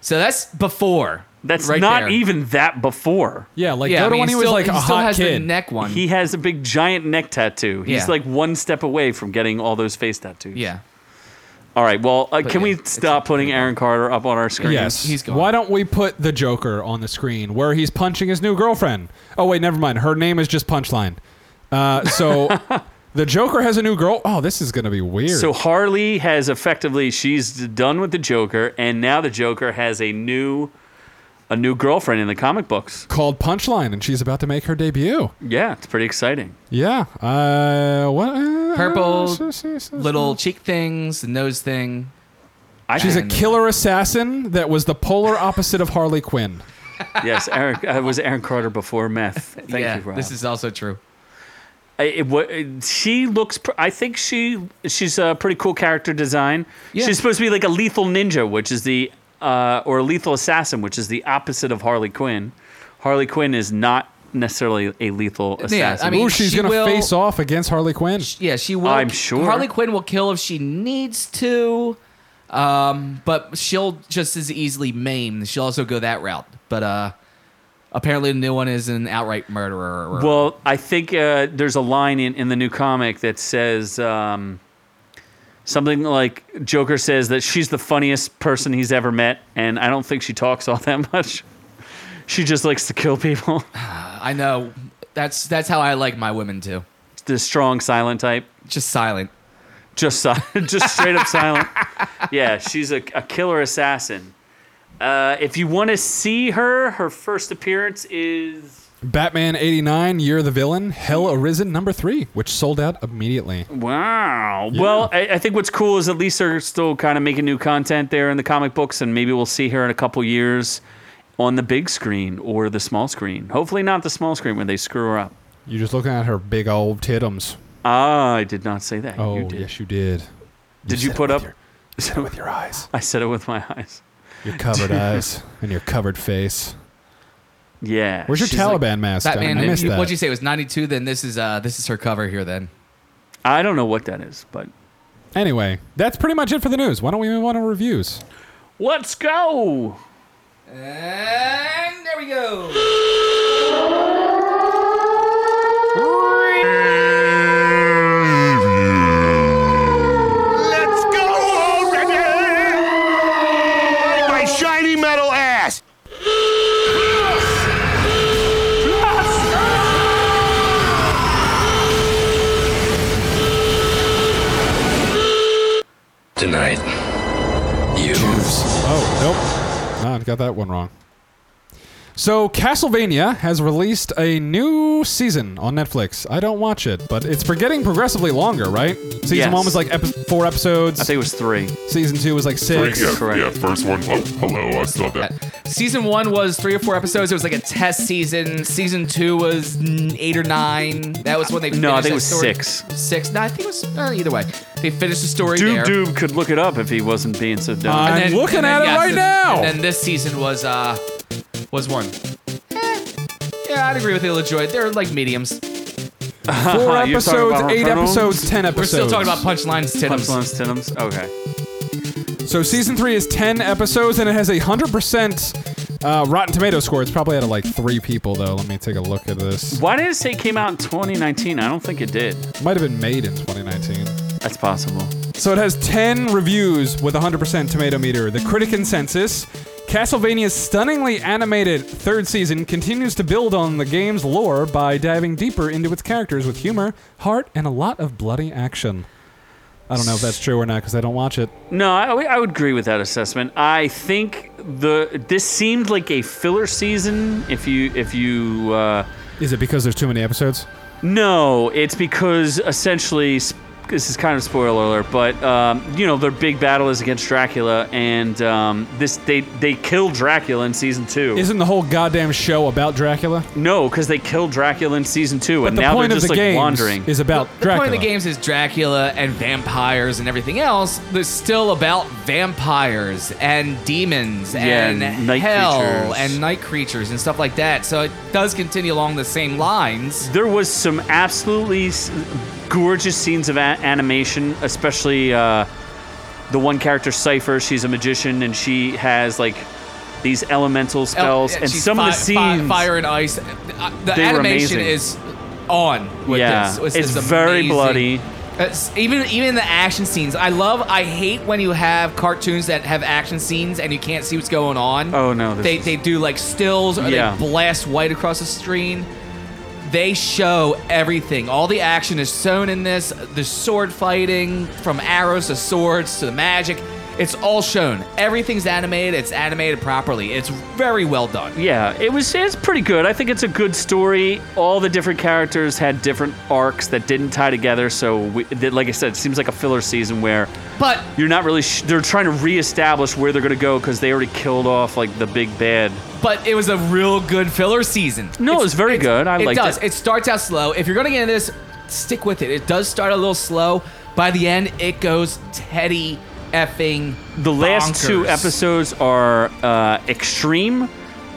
S3: so that's before
S1: That's
S3: Right
S1: not
S3: there.
S1: even that before.
S4: Yeah, like
S3: Yeah,
S4: go
S3: I
S4: to
S3: mean,
S4: when he was
S3: still-
S4: like a
S3: still
S4: hot
S3: has the
S4: kid.
S3: neck one.
S1: He has a big giant neck tattoo. He's
S3: Yeah.
S1: like one step away from getting all those face tattoos.
S3: yeah.
S1: All right. Well, uh, can
S3: yeah,
S1: we
S3: it's-
S1: stop putting Aaron Carter up on our screen?
S4: Yes.
S3: he's gone.
S4: Why don't we put the Joker on the screen where he's punching his new girlfriend? Oh wait, never mind. Her name is just Punchline. Uh, so the Joker has a new girl. Oh, this is gonna be weird.
S1: So Harley has effectively she's done with the Joker, and now the Joker has a new, a new girlfriend in the comic books.
S4: called Punchline, and she's about to make her debut.
S1: Yeah, it's pretty exciting.
S4: Yeah. Uh, what? uh,
S3: Purple
S4: s- s- s-
S3: Little cheek things, the nose thing.
S1: I
S4: She's a
S1: think-
S4: killer assassin that was the polar opposite of Harley Quinn.
S1: yes. Aaron uh, was Aaron Carter before meth. Thank
S3: yeah,
S1: you, Rob.
S3: this is also true.
S1: I- it, wa- it- she looks. Pr- I think she she's a pretty cool character design.
S3: Yeah.
S1: She's supposed to be like a lethal ninja, which is the uh, or a lethal assassin, which is the opposite of Harley Quinn. Harley Quinn is not necessarily a lethal assassin.
S3: I mean,
S4: Ooh, she's
S3: she
S4: gonna
S3: will-
S4: face off against Harley Quinn.
S3: Yeah, she will.
S1: I'm sure.
S3: Harley Quinn will kill if she needs to, um, but she'll just as easily maim. She'll also go that route. But uh, apparently, the new one is an outright murderer. Or,
S1: Well, I think uh, there's a line in, in the new comic that says um, something like Joker says that she's the funniest person he's ever met, and I don't think she talks all that much. She just likes to kill people.
S3: I know that's that's how I like my women too.
S1: the strong, silent type.
S3: Just silent.
S1: Just si- just straight up silent. Yeah, she's a, a killer assassin. Uh, if you want to see her, her first appearance is
S4: Batman 89, Year of the Villain, Hell Arisen number three, which sold out immediately.
S1: Wow. Well, I, I think what's cool is at least they're still kind of making new content there in the comic books, and maybe we'll see her in a couple years on the big screen or the small screen. Hopefully, not the small screen when they screw her up.
S4: You're just looking at her big old titums.
S1: Ah, I did not say that.
S4: Oh,
S1: you did.
S4: yes, you did.
S1: did you
S4: said it
S1: put up?
S4: with your- With your eyes,
S1: I said it with my eyes.
S4: your covered eyes, and your covered face.
S1: Yeah.
S4: Where's your
S1: she's like-
S4: Taliban mask?
S3: That
S4: Batman,
S3: man,
S4: I missed that.
S3: what'd you say? It was ninety two. Then this is uh, this is her cover here. Then
S1: I don't know what that is, but
S4: Anyway, that's pretty much it for the news. Why don't we move on to reviews?
S1: let's go.
S3: and there we go.
S6: Let's go already! My shiny metal ass!
S5: Tonight, you
S4: Oh, nope. No, I got that one wrong. So, Castlevania has released a new season on Netflix. I don't watch it, but it's for getting progressively longer, right? Season
S1: Yes.
S4: one was like epi- four episodes.
S1: I think it was three.
S4: season two was like six.
S8: Yeah,
S1: Correct.
S8: yeah, first one. Oh, hello, I saw that.
S3: Uh, Season one was three or four episodes. It was like a test season. Season two was mm, eight or nine. That was when they
S1: No, I
S3: finished
S1: think it
S3: that
S1: was
S3: story.
S1: six.
S3: Six. No, I think it was uh, either way. They finished the story
S1: Doom
S3: there.
S1: Doom could look it up if he wasn't being so dumb.
S4: Uh, I'm looking at it right
S3: and-
S4: now.
S3: And then this season was uh was one. Eh, yeah, I'd agree with Illajoy. They're like mediums.
S4: Four
S1: You're talking
S4: episodes,
S1: about
S4: eight
S1: Returnal?
S4: episodes, ten episodes.
S3: We're still talking about punchlines,
S1: Punch
S3: Tittums.
S1: Lunch Tinums. Okay.
S4: So season three is ten episodes, and it has a hundred percent uh, Rotten Tomato score. It's probably out of like three people though. Let me take a look at this.
S1: Why did it say it came out in 2019? I don't think it did.
S4: Might have been made in 2019.
S1: That's possible.
S4: So it has 10 reviews with 100% tomato meter. The critic consensus Castlevania's stunningly animated third season continues to build on the game's lore by diving deeper into its characters with humor, heart, and a lot of bloody action. I don't know if that's true or not because I don't watch it.
S1: No, I, I would agree with that assessment. I think the this seemed like a filler season. If you if you uh,
S4: Is it because there's too many episodes?
S1: no, it's because essentially s- this is kind of spoiler alert, but um, you know their big battle is against Dracula, and um, this they they kill Dracula in season two.
S4: Isn't the whole goddamn show about Dracula?
S1: no, because they killed Dracula in season two, and
S4: the
S1: now they're
S4: point of
S1: just
S4: the
S1: like
S4: games
S1: wandering.
S4: is about
S3: The
S4: Dracula.
S3: point of the games is Dracula and vampires and everything else. There's still about vampires and demons
S1: Yeah,
S3: and,
S1: and night
S3: hell
S1: creatures.
S3: and night creatures and stuff like that. So it does continue along the same lines.
S1: There was some absolutely s- gorgeous scenes of a- animation, especially uh, the one character Cipher. She's a magician and she has like these elemental spells,
S3: Yeah,
S1: and
S3: Oh, she's
S1: some
S3: fi-
S1: of the
S3: fi-
S1: scenes.
S3: fire and ice. Uh, The
S1: They were
S3: animation
S1: amazing.
S3: is on with
S1: Yeah,
S3: this. This
S1: it's
S3: is
S1: very
S3: amazing.
S1: bloody.
S3: It's- even even the action scenes, I love. I hate when you have cartoons that have action scenes and you can't see what's going on.
S1: Oh, no, this
S3: they
S1: is-
S3: they do like stills or
S1: Yeah.
S3: they blast white across the screen. They show everything. All the action is shown in this. The sword fighting, from arrows to swords to the magic, it's all shown. Everything's animated. It's animated properly. It's very well done.
S1: yeah, it was it's pretty good. I think it's a good story. All the different characters had different arcs that didn't tie together. So, we, that, like I said, it seems like a filler season where
S3: But
S1: you're not really. Sh- they're trying to reestablish where they're going to go because they already killed off like the big bad.
S3: but it was a real good filler season.
S1: No, it was very good. I
S3: it
S1: liked
S3: does.
S1: it.
S3: starts out slow. If you're gonna get into this, stick with it. It does start a little slow. By the end, it goes Teddy effing.
S1: The last two
S3: bonkers.
S1: episodes are uh, extreme,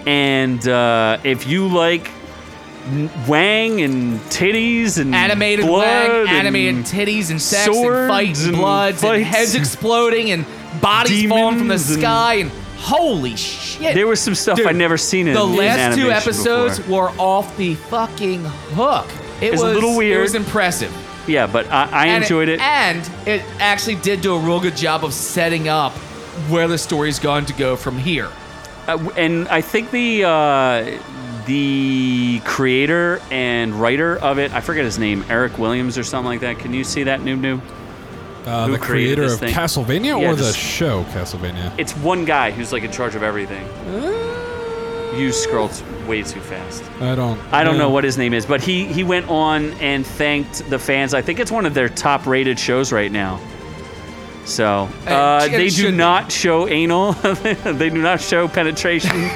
S1: and uh, if you like n- Wang and titties and
S3: Animated
S1: blood
S3: wang,
S1: and
S3: animated titties and sex and
S1: swords
S3: fights and
S1: and
S3: bloods and
S1: fights.
S3: heads exploding and bodies falling from the
S1: Demons and-
S3: sky and holy shit.
S1: there was some stuff
S3: Dude,
S1: I'd never seen in
S3: the
S1: in
S3: last two
S1: animation
S3: episodes
S1: before.
S3: were off the fucking hook. It
S1: It's a
S3: was
S1: little
S3: It
S1: weird.
S3: was impressive.
S1: Yeah, but I, I
S3: And
S1: enjoyed it.
S3: And it actually did do a real good job of setting up where the story's going to go from here.
S1: Uh, w- and I think the uh, the creator and writer of it, I forget his name, Eric Williams or something like that. Can you see that, Noob Noob?
S4: Uh,
S1: Who
S4: the
S1: created
S4: creator
S1: this
S4: of
S1: thing?
S4: Castlevania
S1: Yeah,
S4: or the
S1: this-
S4: show Castlevania?
S1: It's one guy who's like in charge of everything. You scrolled way too fast.
S4: I don't.
S1: I don't know what his name is, but he he went on and thanked the fans. I think it's one of their top rated shows right now. So uh,
S3: it
S1: they do
S3: should be.
S1: not show anal. they do not show penetration.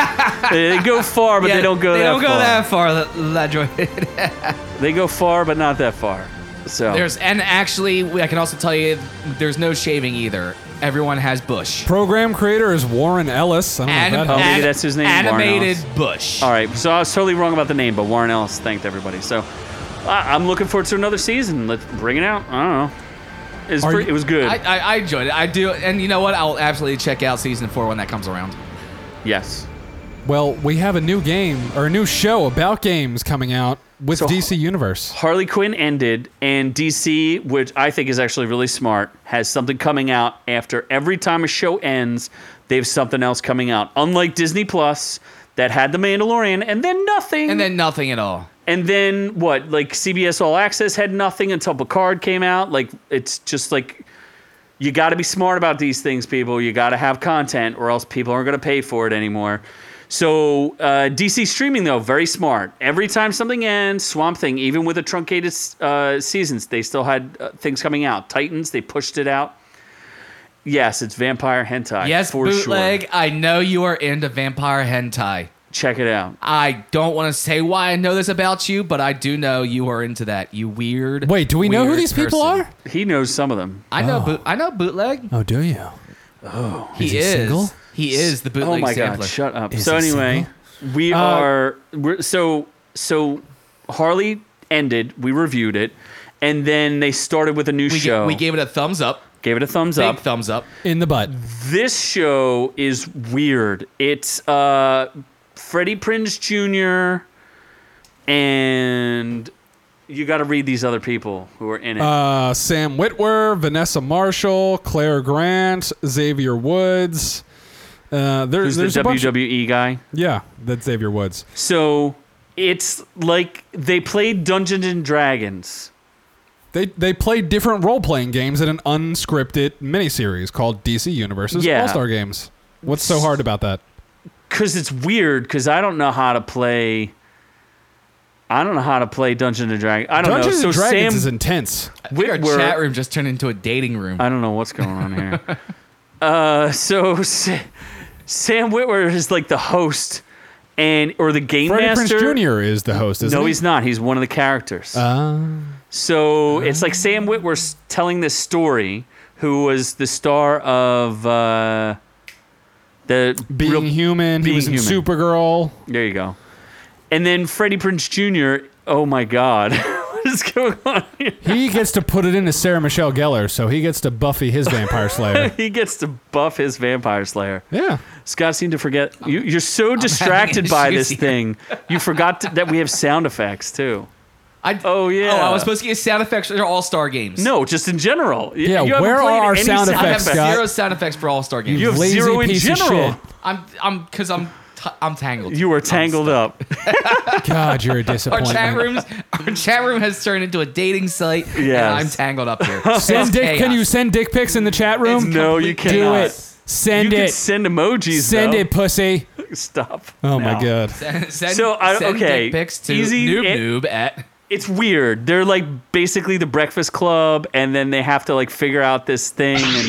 S1: they go far, but
S3: Yeah,
S1: they don't go
S3: They
S1: that
S3: don't
S1: far.
S3: go that far, La- Ladroid.
S1: They go far, but not that far. So
S3: There's and actually, we- I can also tell you, there's no shaving either. Everyone has bush.
S4: Program creator is Warren Ellis. I don't know
S3: Anim-
S4: if that helps.
S1: maybe that's his name, Warren
S3: Animated bush.
S1: all right. So I was totally wrong about the name, but Warren Ellis thanked everybody. So I, I'm looking forward to another season. Let's bring it out. I don't know. It was,
S4: Are
S1: pretty,
S4: you-
S1: it was good.
S3: I, I, I enjoyed it. I do, and you know what? I'll absolutely check out season four when that comes around.
S1: yes.
S4: Well, we have a new game or a new show about games coming out with
S1: So-
S4: DC Universe.
S1: Harley Quinn ended, and DC, which I think is actually really smart, has something coming out after every time a show ends, they have something else coming out. Unlike Disney Plus, that had The Mandalorian and then nothing.
S3: And then nothing at all.
S1: and then what? Like CBS All Access had nothing until Picard came out. Like it's just like you got to be smart about these things, people. You got to have content, or else people aren't going to pay for it anymore. So uh, DC streaming though, very smart. Every time something ends, Swamp Thing, even with the truncated uh, seasons, they still had uh, things coming out. Titans, they pushed it out. Yes, it's vampire hentai.
S3: Yes,
S1: for
S3: bootleg.
S1: sure.
S3: I know you are into vampire hentai.
S1: Check it out.
S3: I don't want to say why I know this about you, but I do know you are into that. You weird.
S4: Wait, do we know who
S3: weird
S4: these people
S3: person.
S4: are?
S1: He knows some of them.
S3: I know. Boot, I know bootleg.
S4: Oh, do you?
S3: he
S4: he
S3: is.
S4: single?
S3: He is the bootleg
S1: Oh my
S3: sampler.
S1: god! Shut up.
S4: Is
S1: so
S4: he
S1: anyway, we
S3: Uh,
S1: are we're, so so. Harley ended. We reviewed it, and then they started with a new
S3: We,
S1: show.
S3: ga- we gave it a thumbs up.
S1: gave it a thumbs
S3: Big
S1: up.
S3: thumbs up.
S4: In the butt.
S1: this show is weird. It's uh, Freddie Prinze Jr. and you got to read these other people who are in it.
S4: Uh, Sam Whitwer, Vanessa Marshall, Claire Grant, Xavier Woods. Uh, there,
S1: Who's the
S4: there's a bunch. of-
S1: WWE guy?
S4: yeah, that's Xavier Woods.
S1: So it's like they played Dungeons and Dragons.
S4: They they play different role playing games in an unscripted miniseries called DC Universe's
S1: Yeah.
S4: All Star Games. What's so hard about that?
S1: because it's weird because I don't know how to play. I don't know how to play Dungeons and Dragons. I don't
S4: Dungeons
S1: know.
S4: and
S1: So
S4: Dragons is
S1: Sam,
S4: intense.
S3: Our
S1: Whitwer-
S3: chat room just turned into a dating room.
S1: I don't know what's going on here. uh, so Sa- Sam Whitwer is like the host and or the game
S4: Freddie
S1: master.
S4: Prince Jr. is the host, isn't
S1: No,
S4: he? Uh.
S1: he's not. He's one of the characters. so it's like Sam Witwer s- telling this story, who was the star of uh, the
S4: Being
S1: real-
S4: human.
S1: Being
S4: he was in
S1: Human.
S4: Supergirl.
S1: There you go. And then Freddie Prince Jr. Oh my God. is going on here?
S4: He gets to put it into Sarah Michelle Gellar, so he gets to Buffy his vampire slayer.
S1: He gets to buff his vampire slayer.
S4: Yeah.
S1: Scott seemed to forget. You, you're so distracted by this
S3: issues
S1: thing. You forgot to, that we have sound effects too.
S3: I,
S1: Oh, yeah.
S3: Oh, I was supposed to get sound effects for All Star games.
S1: No, just in general. Y-
S4: Yeah,
S1: you haven't
S4: where are
S1: played
S4: our
S1: any
S4: sound
S3: I have
S4: effects, Scott?
S3: zero sound effects for All Star games.
S1: You have
S4: Lazy
S1: zero in
S4: piece of
S1: general.
S4: shit.
S3: I'm I'm because I'm t- I'm tangled.
S1: You are tangled up.
S4: God, you're a
S3: Our
S4: disappointment.
S3: chat rooms, our chat room has turned into a dating site, and
S1: Yes.
S3: I'm tangled up here.
S4: Send
S3: It's
S4: dick. Can
S3: chaos.
S4: you send dick pics in the chat room?
S1: No, you
S3: complete
S1: cannot.
S4: Do it.
S3: chaos.
S1: You
S4: Send
S1: can
S4: it.
S1: send emojis.
S4: Send it, pussy.
S1: though. Stop.
S4: Oh my
S1: now.
S4: god.
S3: send,
S1: So, I-
S3: send
S1: okay.
S3: dick pics to
S1: Easy-
S3: noob
S1: it-
S3: noob at.
S1: It's weird. They're like basically the Breakfast Club, and then they have to like figure out this thing, and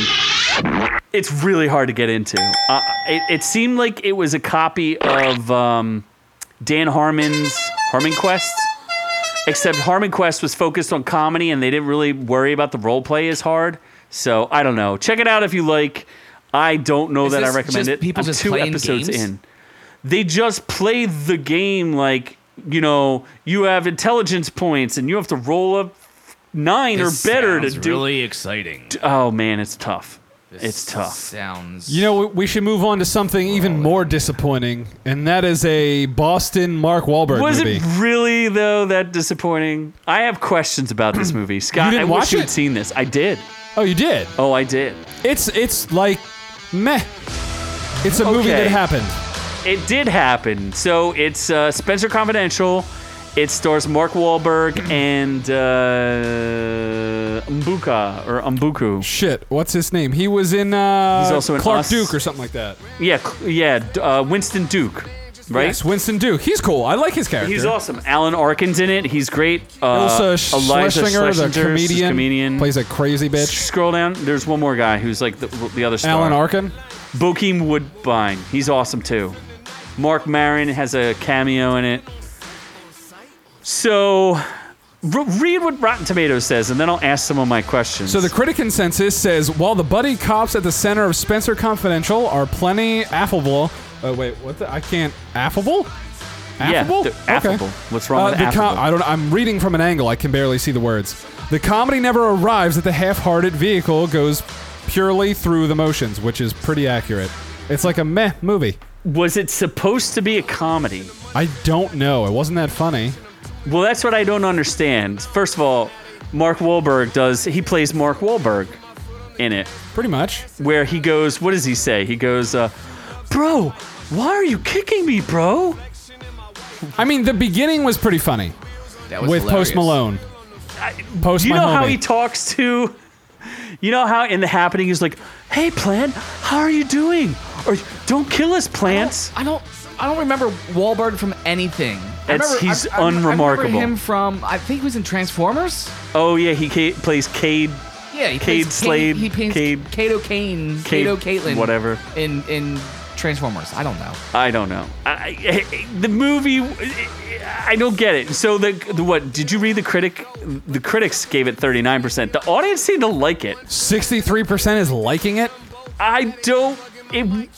S1: it's really hard to get into. Uh, it, it seemed like it was a copy of um, Dan Harmon's Harmon Quest, except Harmon Quest was focused on comedy, and they didn't really worry about the role play as hard. So I don't know. Check it out if you like. I don't know
S3: Is
S1: that I
S3: this
S1: recommend
S3: just
S1: it.
S3: people
S1: I'm
S3: just
S1: two
S3: playing
S1: episodes
S3: games?
S1: in they just play the game like you know you have intelligence points and you have to roll up nine
S3: This
S1: or better to
S3: sounds
S1: do
S3: really exciting.
S1: oh man it's tough it's tough
S3: Sounds.
S4: You know, we- we should move on to something even more disappointing, and that is a Boston Mark Wahlberg
S1: was
S4: movie.
S1: it really though that disappointing i have questions about this movie scott
S4: didn't
S1: i
S4: watch
S1: wish you
S4: it?
S1: had seen this i did
S4: oh, you did.
S1: oh i did
S4: It's it's like meh. It's a movie
S1: Okay.
S4: that happened.
S1: it did happen so it's uh, spencer confidential it stars Mark Wahlberg and uh, Mbuka or Umbuku.
S4: Shit, what's his name? He was in uh
S1: He's also in
S4: Clark
S1: Us.
S4: Duke or something like that.
S1: Yeah, cl- yeah, d- uh, Winston Duke, right?
S4: Yes, Winston Duke. He's cool. I like his character.
S1: He's awesome. Alan Arkin's in it. He's great. Uh,
S4: Elsa
S1: Eliza
S4: Schlesinger, the
S1: Schlesinger's
S4: comedian,
S1: comedian.
S4: plays a crazy bitch.
S1: Scroll down. There's one more guy who's like the, the other star.
S4: Alan Arkin.
S1: Bokeem Woodbine. He's awesome too. Mark Marin has a cameo in it. So, re- read what Rotten Tomatoes says, and then I'll ask some of my questions.
S4: So the critic consensus says while the buddy cops at the center of Spencer Confidential are plenty affable. Uh, wait, what? The, I can't affable.
S1: yeah,
S4: Affable.
S1: they're
S4: Okay.
S1: affable. What's wrong
S4: Uh,
S1: with
S4: the com-
S1: affable?
S4: I don't. I'm reading from an angle. I can barely see the words. The comedy never arrives at the half-hearted vehicle goes purely through the motions, which is pretty accurate. It's like a meh movie.
S1: Was it supposed to be a comedy?
S4: I don't know. It wasn't that funny.
S1: Well, that's what I don't understand. First of all, Mark Wahlberg does, he plays Mark Wahlberg in it,
S4: Pretty much.
S1: where he goes, what does he say? He goes, uh, Bro, why are you kicking me, bro?
S4: I mean, the beginning was pretty funny
S3: that was
S4: with
S3: hilarious.
S4: Post Malone. Post
S1: Do you
S4: my
S1: know how
S4: homie.
S1: he talks to, you know how in the happening he's like, Hey, plant, how are you doing? Or don't kill us, plants.
S3: I don't. I don't remember Wahlberg from anything. I
S1: It's-
S3: remember-
S1: he's
S3: I- I- I remember
S1: unremarkable.
S3: him from I think he was in Transformers.
S1: Oh, yeah, he ca- plays Cade.
S3: Yeah, he
S1: Cade
S3: plays
S1: Slade,
S3: He paints
S1: Cade-
S3: Kato Kane.
S1: Cade-
S3: Kato Caitlin.
S1: whatever.
S3: In in Transformers. I don't know.
S1: I don't know. I, I, the movie, I don't get it. So the, the what? Did you read the critic? The critics gave it thirty nine percent. The audience seemed to like it.
S4: 63% is liking it.
S1: I don't. It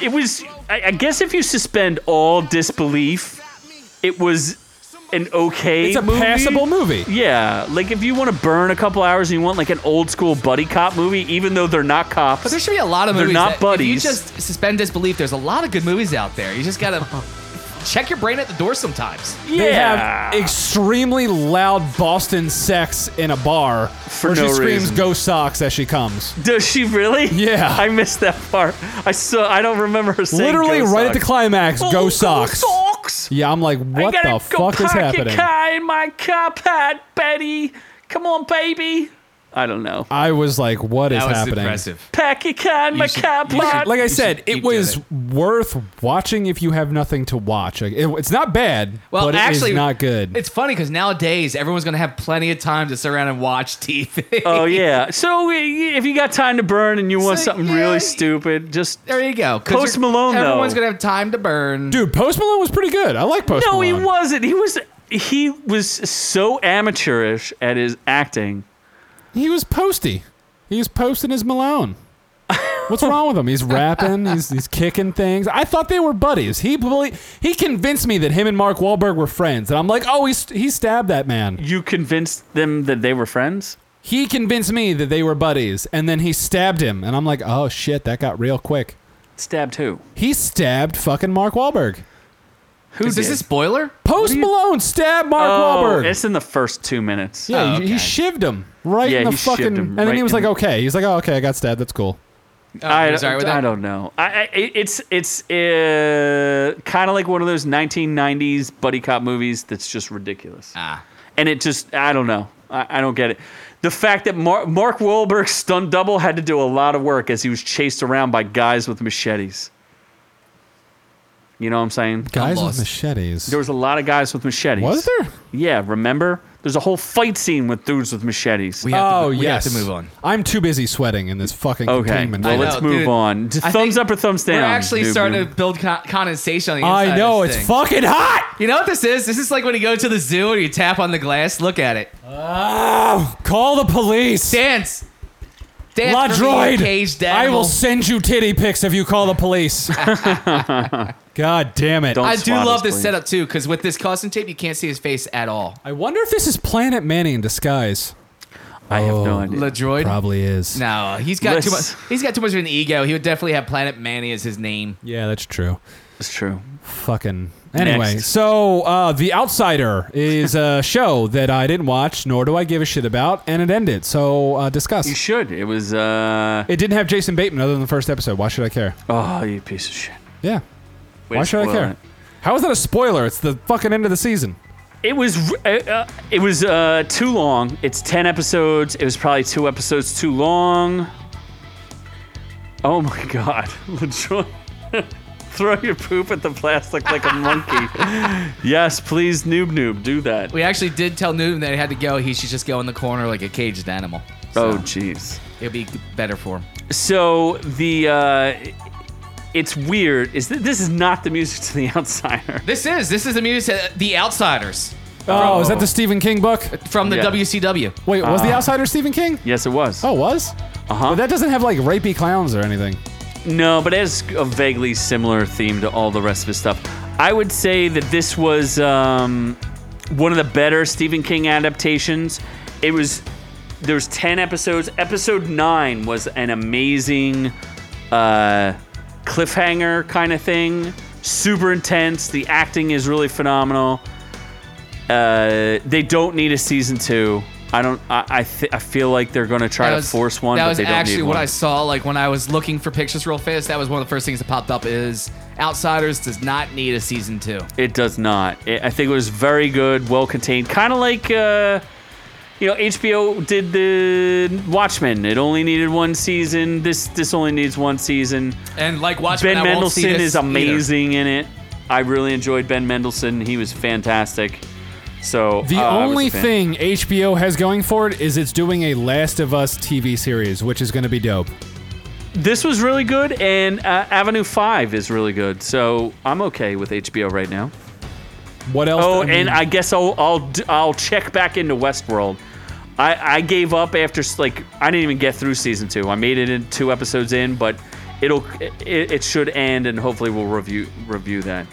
S1: it was. I, I guess if you suspend all disbelief, it was an okay.
S4: It's a passable movie.
S1: Yeah, like if you want to burn a couple hours and you want like an old school buddy cop movie, even though they're not cops.
S3: But there should be a lot of
S1: They're
S3: movies.
S1: not
S3: that,
S1: buddies.
S3: If you just suspend disbelief, there's a lot of good movies out there. You just gotta check your brain at the door sometimes.
S1: yeah.
S4: They have extremely loud Boston sex in a bar where
S1: no
S4: she screams
S1: reason.
S4: "Go socks" as she comes.
S1: Does she really?
S4: Yeah.
S1: I missed that part. I saw. I don't remember her saying.
S4: Literally
S1: "Go
S4: right at the
S1: Sox."
S4: climax,
S1: Oh,
S4: "Go socks."
S1: Sox.
S4: Yeah, I'm like, what
S1: I gotta
S4: the
S1: go
S4: fuck is
S1: park
S4: happening?
S1: Your car in my car pad, Betty. Come on, baby. I don't know.
S4: I was like, what is
S3: That was
S4: happening?
S3: impressive.
S1: Pack your car in my
S3: should-
S1: car
S3: you should-
S1: pad.
S4: Like I
S3: You
S4: said,
S3: should
S4: it
S3: keep doing
S4: was
S3: it.
S4: worth watching if you have nothing to watch. Like, it- it's not bad,
S3: Well,
S4: but
S3: actually,
S4: it is not good.
S3: It's funny because nowadays everyone's gonna have plenty of time to sit around and watch TV.
S1: oh yeah. So uh, if you got time to burn and you want
S3: So,
S1: something
S3: yeah,
S1: really
S3: you-
S1: stupid, just
S3: There you go. 'Cause
S1: Post
S3: you're-
S1: Malone, though.
S3: Everyone's gonna have time to burn.
S4: Dude, Post Malone was pretty good. I like Post
S1: no,
S4: Malone.
S1: he wasn't. He was. He was so amateurish at his acting.
S4: He was posty. He was posting his Malone. What's wrong with him? He's rapping. He's, he's kicking things. I thought they were buddies. He belie- he convinced me that him and Mark Wahlberg were friends, and I'm like, oh, he st- he stabbed that man.
S1: You convinced them that they were friends?
S4: He convinced me that they were buddies, and then he stabbed him, and I'm like, oh shit, that got real quick.
S1: Stabbed who?
S4: He stabbed fucking Mark Wahlberg.
S1: Who
S3: Is this
S1: did?
S3: a spoiler?
S4: Post Malone stabbed Mark
S1: oh,
S4: Wahlberg.
S1: It's in the first two minutes.
S4: Yeah,
S3: Oh,
S4: he- he
S3: okay.
S4: shivved him right
S1: Yeah,
S4: in the
S1: he shivved
S4: fucking.
S1: him
S4: and then
S1: right
S4: he was
S1: in
S4: like,
S1: the-
S4: okay. He's like, oh, okay, I got stabbed. That's cool.
S3: Oh,
S1: I,
S3: you're sorry with
S1: I
S3: that?
S1: don't know. I, I it's it's uh, kind of like one of those 1990s buddy cop movies that's just ridiculous.
S3: Ah.
S1: And it just I don't know. I, I don't get it. The fact that Mar- Mark Wahlberg's stunt double had to do a lot of work as he was chased around by guys with machetes. You know what I'm saying?
S4: Guys with
S3: lost.
S4: machetes.
S1: There was a lot of guys with machetes.
S4: was there?
S1: Yeah, remember? There's a whole fight scene with dudes with machetes.
S3: We have to-
S4: oh
S3: we have
S4: yes.
S3: to move on.
S4: I'm too busy sweating in this fucking
S1: okay,
S4: containment.
S1: well
S4: vault.
S1: let's
S3: know,
S1: move
S3: dude.
S1: on. D-
S3: I
S1: Thumbs
S3: think
S1: up or thumbs down?
S3: We're actually
S1: Dubu?
S3: starting to build con- condensation on the inside.
S4: I know
S3: of
S4: it's
S3: this thing.
S4: fucking hot.
S3: You know what this is? This is like when you go to the zoo and you tap on the glass. Look at it. Ah.
S4: Oh, call the police.
S3: Dance. Dance
S4: La
S3: for me,
S4: droid.
S3: you caged
S4: I
S3: animal.
S4: will send you titty pics if you call the police. God damn it.
S1: Don't
S3: I do
S1: swat
S3: love
S1: us,
S3: this
S1: please.
S3: setup too, because with this custom tape, you can't see his face at all.
S4: I wonder if this is Planet Manny in disguise.
S1: I have no
S4: Oh.
S1: idea.
S3: La droid.
S4: Probably is.
S3: No, he's got too much.
S1: Let's-
S3: He's got too much of an ego. He would definitely have Planet Manny as his name.
S4: Yeah, that's true.
S1: It's true.
S4: fucking anyway
S1: Next.
S4: so uh, the outsider is a show that i didn't watch nor do i give a shit about and it ended so uh,
S1: You
S4: discuss
S1: should. It was uh
S4: it didn't have jason bateman other than the first episode why should i care
S1: oh you piece of shit.
S4: yeah
S1: Way
S4: why
S1: to
S4: should i
S1: spoil
S4: care
S1: It.
S4: how is that a spoiler it's the fucking end of the season
S1: It was uh, uh, it was uh too long. It's 10 episodes. It was probably 2 episodes too long. Oh my god. LaJoy Throw your poop at the plastic like a monkey. yes, please, noob noob, do that.
S3: We actually did tell Newton that he had to go. He should just go in the corner like a caged animal.
S1: Oh,
S3: So
S1: jeez.
S3: it'll be better for him.
S1: So the uh, it's weird. Is that this is not the music to the outsider?
S3: This is this is the music. The Outsiders
S4: oh, is that the stephen king book
S3: from the
S1: Yeah.
S3: WCW.
S4: wait was
S1: Uh.
S4: the outsider stephen king
S1: Yes, it was.
S4: oh it was
S1: Uh-huh.
S4: but that doesn't have like rapey clowns or anything
S1: No, but it has a vaguely similar theme to all the rest of his stuff. I would say that this was um, one of the better Stephen King adaptations. It was there's ten episodes. Episode nine was an amazing uh, cliffhanger kind of thing. Super intense. The acting is really phenomenal. Uh, they don't need a season two. I don't. I I, th- I feel like they're going to try
S3: That
S1: to force one,
S3: That
S1: but
S3: was
S1: they don't
S3: actually
S1: need
S3: what
S1: one.
S3: I saw. Like when I was looking for pictures real fast, that was one of the first things that popped up. Is Outsiders does not need a season two.
S1: It does not. It, I think it was very good, well contained. Kind of like, uh, you know, HBO did the Watchmen. It only needed one season. This this only needs one season.
S3: And like Watchmen,
S1: Ben
S3: I won't see
S1: Mendelsohn is
S3: this
S1: amazing in it. I really enjoyed Ben Mendelsohn. He was fantastic. So
S4: The
S1: uh, I was a
S4: only
S1: fan.
S4: thing HBO has going for it is it's doing a Last of Us TV series, which is going to be dope.
S1: this was really good, and uh, Avenue Five is really good. So I'm okay with HBO right now.
S4: What else?
S1: Oh,
S4: I mean-
S1: and I guess I'll I'll d- I'll check back into Westworld. I I gave up after s- like I didn't even get through season two. I made it in two episodes in, but it'll it, it should end, and hopefully we'll review review that.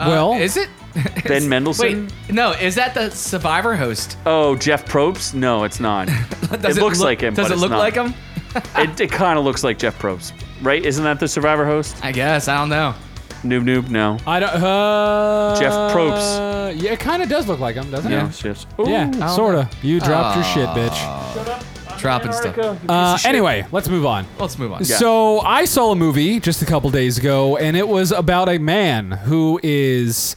S4: well,
S3: Uh, Is it?
S1: Ben Mendelsohn?
S3: Wait, no. Is that the Survivor host?
S1: Oh, Jeff Probst? No, it's not.
S3: Does
S1: it looks
S3: look-
S1: like him.
S3: Does
S1: but
S3: it
S1: it's
S3: look
S1: not.
S3: like him?
S1: It, it kind of looks like Jeff Probst, right? Isn't that the Survivor host?
S3: I guess. I don't know.
S1: Noob noob. No.
S4: I don't. Uh,
S1: Jeff Probst.
S4: Yeah, it kind of does look like him, doesn't
S1: Yeah.
S4: it?
S1: Yes.
S4: Yeah, sort of. You dropped your shit, bitch.
S3: Dropping stuff.
S4: Uh, anyway, let's move on.
S3: Let's move on.
S4: So I saw a movie just a couple days ago, and it was about a man who is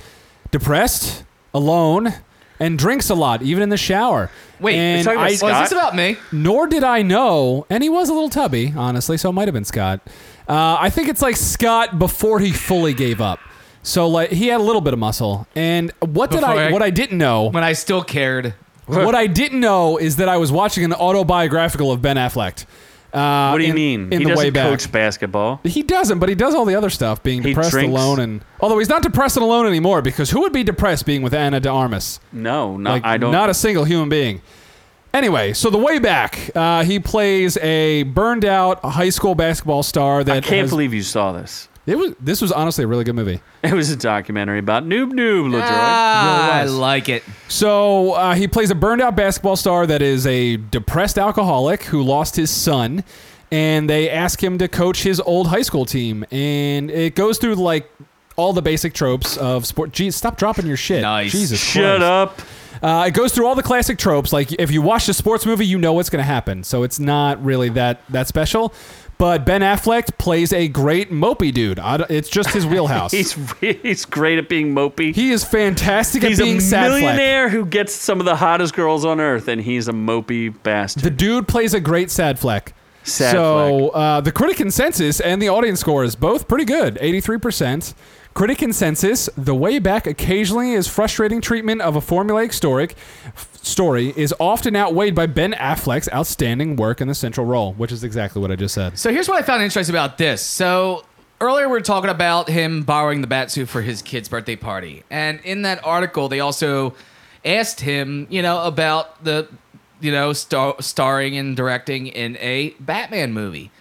S4: depressed, alone, and drinks a lot, even in the shower.
S3: Wait, you're
S4: and
S1: talking about
S4: I-
S1: Scott?
S3: Was this about me?
S4: Nor did I know, and he was a little tubby, honestly, so it might have been Scott. Uh, I think it's like Scott before he fully gave up. So like he had a little bit of muscle, and what did
S3: Before
S4: I,
S3: I-
S4: what I didn't know
S3: When I still cared.
S4: what I didn't know is that I was watching an autobiographical of Ben Affleck. Uh,
S1: What do you
S4: in-
S1: mean?
S4: In
S1: he
S4: the
S1: doesn't
S4: way back,
S1: coach basketball.
S4: he doesn't, but he does all the other stuff, being
S1: He
S4: depressed
S1: drinks.
S4: alone, and although he's not depressed and alone anymore, because who would be depressed being with Anna De Armas?
S1: No, no,
S4: Like
S1: I don't.
S4: not a single human being. Anyway, so the way back, uh, he plays a burned out high school basketball star that
S1: I can't
S4: has-
S1: believe you saw this.
S4: it was. This was honestly a really good movie.
S1: It was a documentary about Noob Noob LaJoy.
S3: Ah, I like it.
S4: So uh, he plays a burned out basketball star that is a depressed alcoholic who lost his son, and they ask him to coach his old high school team, and it goes through like all the basic tropes of sport. Geez, stop dropping your shit.
S3: Nice.
S4: Jesus.
S1: Shut
S4: Christ.
S1: up.
S4: Uh, it goes through all the classic tropes. Like if you watch a sports movie, you know what's going to happen. So it's not really that that special. But Ben Affleck plays a great mopey dude. I don't- it's just his wheelhouse.
S1: He's he's great at being mopey.
S4: he is fantastic
S1: he's
S4: at being
S1: a
S4: sad. Fleck.
S1: millionaire who gets some of the hottest girls on earth, and he's a mopey bastard.
S4: The dude plays a great sad fleck.
S1: Sad
S4: so Uh, the critic consensus and the audience score is both pretty good, 83%. Critic consensus, the way back occasionally is frustrating treatment of a formulaic storic f- story is often outweighed by Ben Affleck's outstanding work in the central role, which is exactly what I just said.
S3: So here's what I found interesting about this. So earlier we were talking about him borrowing the bat suit for his kid's birthday party, and in that article they also asked him, you know, about the, you know, star- starring and directing in a Batman movie,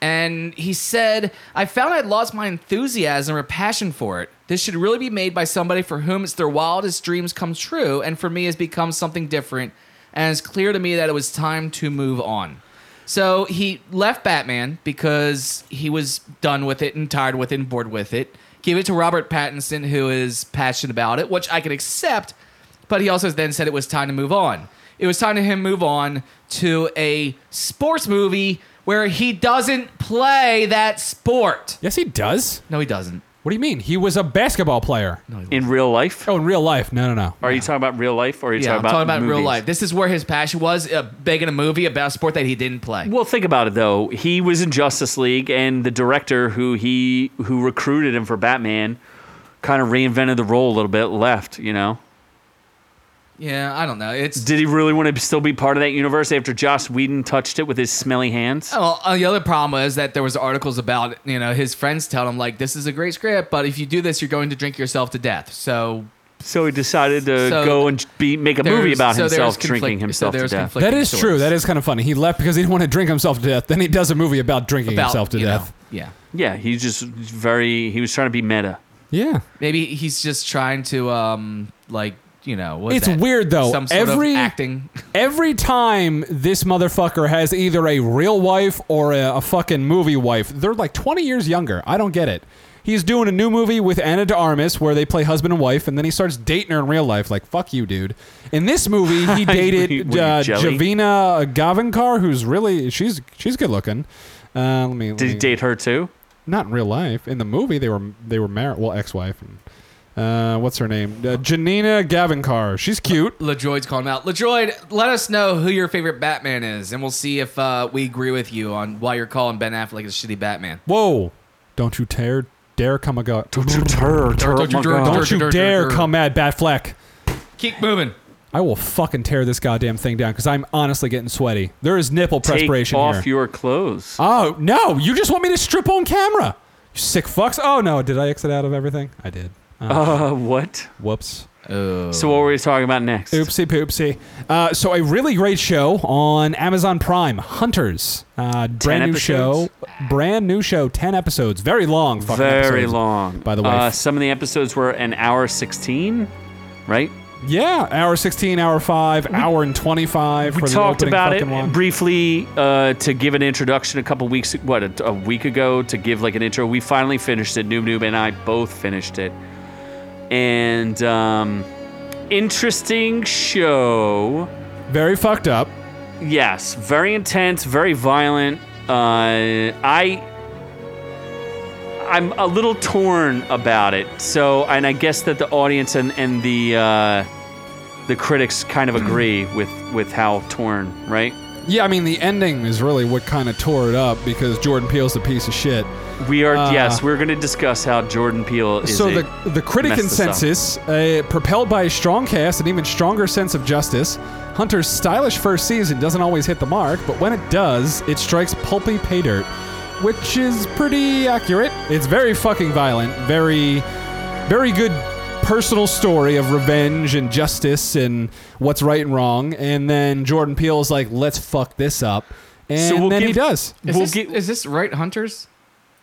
S3: and he said, "I found I'd lost my enthusiasm or passion for it. This should really be made by somebody for whom it's their wildest dreams come true, and for me has become something different." And it's clear to me that it was time to move on. So he left Batman because he was done with it and tired with it and bored with it. Gave it to Robert Pattinson, who is passionate about it, which I can accept. But he also then said it was time to move on. It was time to him move on to a sports movie where he doesn't play that sport.
S4: Yes, he does.
S3: No, he doesn't.
S4: What do you mean? He was a basketball player.
S1: in real life?
S4: Oh, in real life. No, no, no.
S1: Are you talking about real life, or are you
S3: Yeah, I'm
S1: talking about
S3: talking about real
S1: movies?
S3: life. This is where his passion was, uh, making a movie about a sport that he didn't play.
S1: Well, think about it though. He was in Justice League, and the director who he who recruited him for Batman kind of reinvented the role a little bit. Left, you know.
S3: Yeah, I don't know. It's
S1: Did he really want to still be part of that universe after Joss Whedon touched it with his smelly hands?
S3: Well, uh, the other problem is that there was articles about you know his friends tell him like this is a great script, but if you do this, you're going to drink yourself to death. So
S1: So he decided to
S3: So
S1: go and be make a
S3: there's-
S1: movie about
S3: so there's
S1: himself
S3: conflict-
S1: drinking
S3: so
S1: himself to
S3: there's
S1: death.
S3: conflicting
S4: That is true.
S3: stories
S4: That is kind of funny. He left because he didn't want to drink himself to death. Then he does a movie about drinking
S3: about,
S4: himself to
S3: you know,
S4: death.
S3: yeah,
S1: Yeah, he's just very. He was trying to be meta.
S4: Yeah.
S3: maybe he's just trying to um like you know what's
S4: It's
S3: that?
S4: weird, though.
S3: Some sort
S4: Every-
S3: of acting.
S4: Every time this motherfucker has either a real wife or a, a fucking movie wife, they're like 20 years younger. I don't get it. He's doing a new movie with Anna de Armas where they play husband and wife, and then he starts dating her in real life. Like, fuck you, dude. In this movie, he dated
S1: Were you
S4: uh,
S1: jelly?
S4: Javina Gavankar, who's really she's she's good looking. Uh, let me. let
S1: Did he
S4: me-
S1: date her too?
S4: Not in real life. In the movie, they were they were married. Well, ex-wife. Uh, what's her name? Uh, Janina Gavankar. She's cute.
S3: LaJoy's calling him out. LaJoy, let us know who your favorite Batman is, and we'll see if uh, we agree with you on why you're calling Ben Affleck a shitty Batman.
S4: Whoa! Don't you dare dare come a go. Don't you dare!
S1: Oh
S3: Don't you dare-
S4: Don't you dare come at Bat Fleck.
S3: Keep moving.
S4: I will fucking tear this goddamn thing down because I'm honestly getting sweaty. There is nipple
S1: Take
S4: perspiration
S1: off
S4: here.
S1: your clothes.
S4: oh no! You just want me to strip on camera? You sick fucks! Oh no! Did I exit out of everything? I did.
S1: Uh, what?
S4: Whoops.
S1: So what were we talking about next?
S4: Oopsie poopsie. Uh, so a really great show on Amazon Prime, Hunters. Uh, brand new show.
S1: episodes?
S4: Brand new show. Ten episodes. Very long. Fucking
S1: Very
S4: episodes,
S1: long.
S4: By the way,
S1: uh, some of the episodes were an hour sixteen, right?
S4: yeah, hour sixteen, hour five, hour and twenty-five.
S1: We
S4: for the
S1: talked
S4: opening
S1: about it
S4: fucking one.
S1: briefly uh, to give an introduction a couple weeks, what, a, a week ago to give like an intro. We finally finished it. Noob Noob and I both finished it. And um, interesting show.
S4: Very fucked up.
S1: Yes, very intense, very violent. Uh, I I'm a little torn about it. So, and I guess that the audience and and the uh, the critics kind of agree with with how torn, right?
S4: Yeah, I mean the ending is really what kind of tore it up because Jordan Peele's a piece of shit.
S1: We are
S4: Uh,
S1: yes, we're going to discuss how Jordan Peele is.
S4: so
S1: a-
S4: the the critic
S1: messed this up.
S4: consensus, uh, propelled by a strong cast and even stronger sense of justice, Hunter's stylish first season doesn't always hit the mark, but when it does, it strikes pulpy pay dirt, which is pretty accurate. It's very fucking violent, very, very good personal story of revenge and justice and what's right and wrong. And then Jordan Peele's like, let's fuck this up. And
S1: we'll
S4: then he
S1: give-
S4: does.
S3: Is,
S1: We'll
S3: this,
S1: get-
S3: is this right, Hunters?